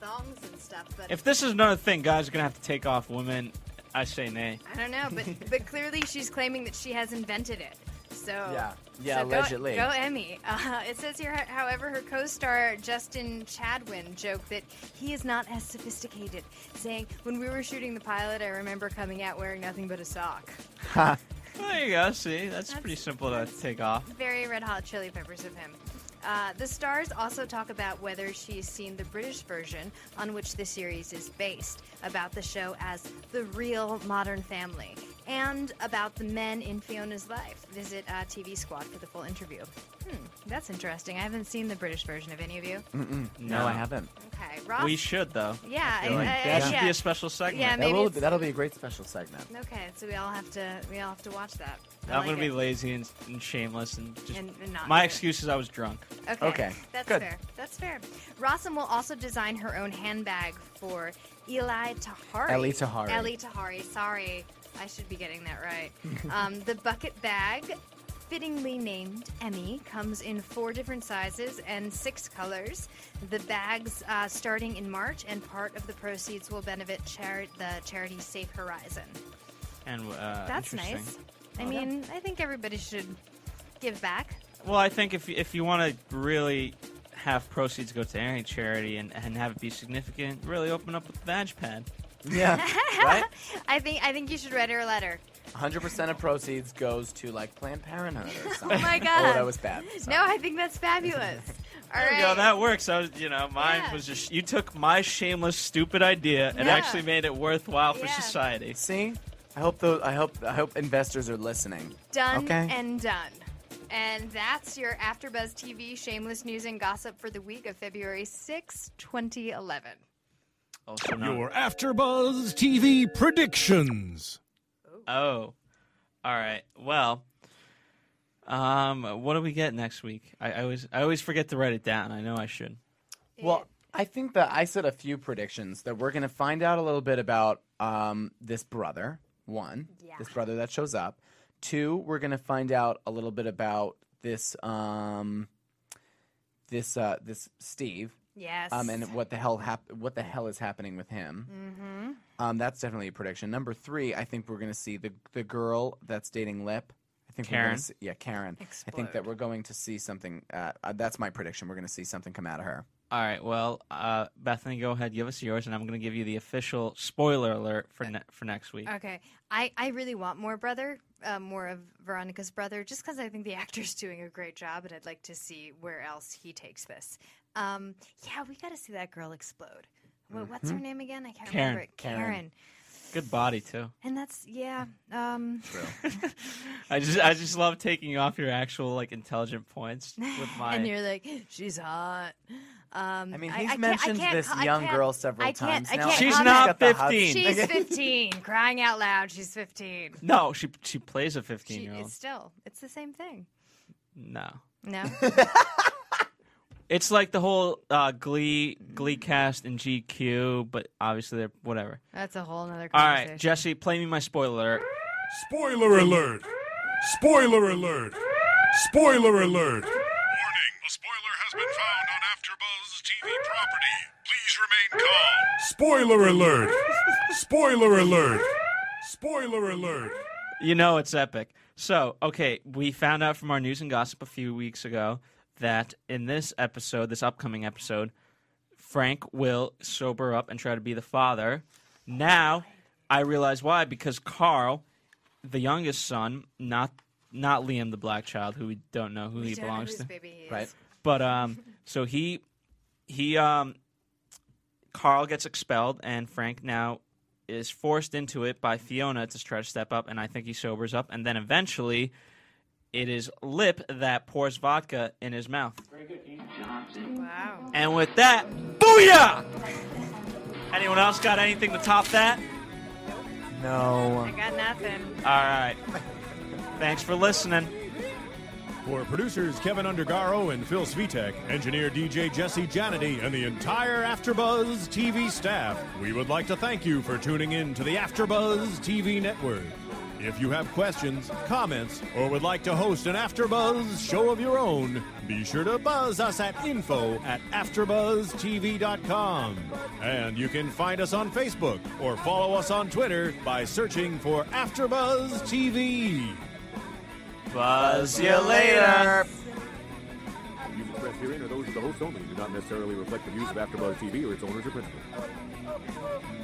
S5: thongs and stuff, but
S3: If this is another thing, guys are gonna have to take off women. I say nay.
S5: I don't know. But but clearly she's claiming that she has invented it. So
S4: Yeah, yeah,
S5: so go-
S4: allegedly.
S5: Go, Emmy. Uh, it says here, however, her co star Justin Chadwin joked that he is not as sophisticated, saying, When we were shooting the pilot, I remember coming out wearing nothing but a sock.
S4: Ha.
S3: There you go. See, that's, pretty simple to take off.
S5: Very red hot chili peppers of him. Uh, the stars also talk about whether she's seen the British version on which the series is based, about the show as the real modern family, and about the men in Fiona's life. Visit uh, TV Squad for the full interview. Hmm, that's interesting. I haven't seen the British version of any of you.
S4: no, I haven't.
S5: Okay, Ross.
S3: We should though.
S5: Yeah,
S3: I feel
S5: I-
S3: like
S5: I-
S3: that
S5: I-
S3: should
S5: yeah.
S3: be a special segment.
S5: Yeah,
S4: That
S5: Maybe
S4: will,
S5: it's-
S4: that'll be a great special segment.
S5: Okay, so we all have to we all have to watch that. I
S3: I'm
S5: like
S3: gonna be
S5: it.
S3: lazy and, and shameless and just.
S5: And- and not
S3: my
S5: do it.
S3: excuse is I was drunk.
S5: Okay.
S4: Okay,
S5: That's
S4: good.
S5: fair. That's fair. Rossum will also design her own handbag for Eli Tahari.
S4: Eli Tahari.
S5: Eli Tahari. Sorry. I should be getting that right. um, the bucket bag, fittingly named Emmy, comes in four different sizes and six colors. The bags uh, starting in March, and part of the proceeds will benefit chari- the charity Safe Horizon.
S3: And uh,
S5: That's
S3: interesting.
S5: nice. I mean, I think everybody should give back.
S3: Well, I think if if you want to really have proceeds go to any charity and, and have it be significant, really open up with the badge pad.
S4: Yeah, right.
S5: I think I think you should write her a letter.
S4: 100 percent of proceeds goes to like Planned Parenthood or something.
S5: my
S4: Oh,
S5: God.
S4: that was bad. Sorry.
S5: No, I think that's fabulous. All
S3: There
S5: right.
S3: you go. That works. I was, you know, mine
S5: Yeah.
S3: was just you took my shameless, stupid idea and
S5: Yeah.
S3: actually made it worthwhile for
S5: Yeah.
S3: society.
S4: See, I hope those, I hope, I hope investors are listening.
S5: done
S4: Okay.
S5: and done. And that's your AfterBuzz TV shameless news and gossip for the week of February 6, 2011.
S3: Also, not-
S1: Your AfterBuzz TV predictions.
S3: oh, all right. Well, um, what do we get next week? I, I always I always forget to write it down. I know I should.
S4: Well, I think that I said a few predictions that we're going to find out a little bit about um, this brother. One, this brother that shows up. Two, we're going to find out a little bit about this um, this uh, this Steve
S5: Yes.
S4: um, and what the hell hap- what the hell is happening with him. Mm-hmm. Um, that's definitely a prediction. Number three, I think we're going to see the the girl that's dating Lip. I think We're
S3: Karen.
S4: gonna see, yeah, Karen. I think that we're going to see something. Uh, uh, that's my prediction. We're going to see something come out of her.
S3: All right. Well, uh, Bethany, go ahead, give us yours, and I'm going to give you the official spoiler alert for ne- for next week.
S5: okay. I, I really want more brother, uh, more of Veronica's brother, just because I think the actor's doing a great job and I'd like to see where else he takes this. Um, yeah, we got to see that girl explode. Wha- What's her name again? I can't
S3: Karen.
S5: remember it.
S4: Mm-hmm. Karen.
S5: Karen.
S3: Good body too.
S5: And that's, yeah. Um,
S3: I just I just love taking off your actual like intelligent points with my.
S5: and you're like, she's hot. Um,
S4: I mean,
S5: I
S4: he's
S5: can't- I
S4: mentioned
S5: can't
S4: this
S5: co- I
S4: young
S5: can't-
S4: girl several
S5: I can't-
S4: times
S5: I
S4: now.
S5: can't
S3: She's
S5: comment.
S3: not
S4: Got the hot
S3: 15.
S4: chick.
S5: She's 15, crying out loud. She's 15.
S3: no, she she plays a 15
S5: She
S3: year old.
S5: is still. It's the same thing.
S3: No.
S5: No.
S3: It's like the whole uh, Glee, Glee cast, and GQ, but obviously they're whatever.
S5: That's a whole other
S3: All
S5: conversation.
S3: right, Jesse, play me my spoiler. alert.
S11: Spoiler alert! Spoiler alert! Spoiler alert!
S1: Warning, a spoiler has been found on AfterBuzz TV property. Please remain calm.
S11: Spoiler alert! Spoiler alert! Spoiler alert!
S3: You know it's epic. So, okay, we found out from our news and gossip a few weeks ago that in this episode, this upcoming episode, Frank will sober up and try to be the father. Now, I realize why because Carl, the youngest son, not not Liam the black child who we don't know who he
S5: Don't know
S3: belongs
S5: whose
S3: to.
S5: baby he is.
S4: Right?
S3: But um, so he he um, Carl gets expelled, and Frank now is forced into it by Fiona to try to step up, and I think he sobers up, and then eventually, it is Lip that pours vodka in his mouth.
S5: Wow.
S3: And with that, booyah! Anyone else got anything to top that?
S4: No.
S5: I got nothing.
S3: All right. Thanks for listening.
S1: For producers Kevin Undergaro and Phil Svitek, engineer DJ Jesse Janity, and the entire AfterBuzz TV staff, we would like to thank you for tuning in to the AfterBuzz TV network. If you have questions, comments, or would like to host an AfterBuzz show of your own, be sure to buzz us at info at AfterBuzzTV.com. And you can find us on Facebook or follow us on Twitter by searching for AfterBuzz TV.
S3: Buzz you later.
S12: The views expressed herein are those of the host only and do not necessarily reflect the views of AfterBuzz TV or its owners or principals.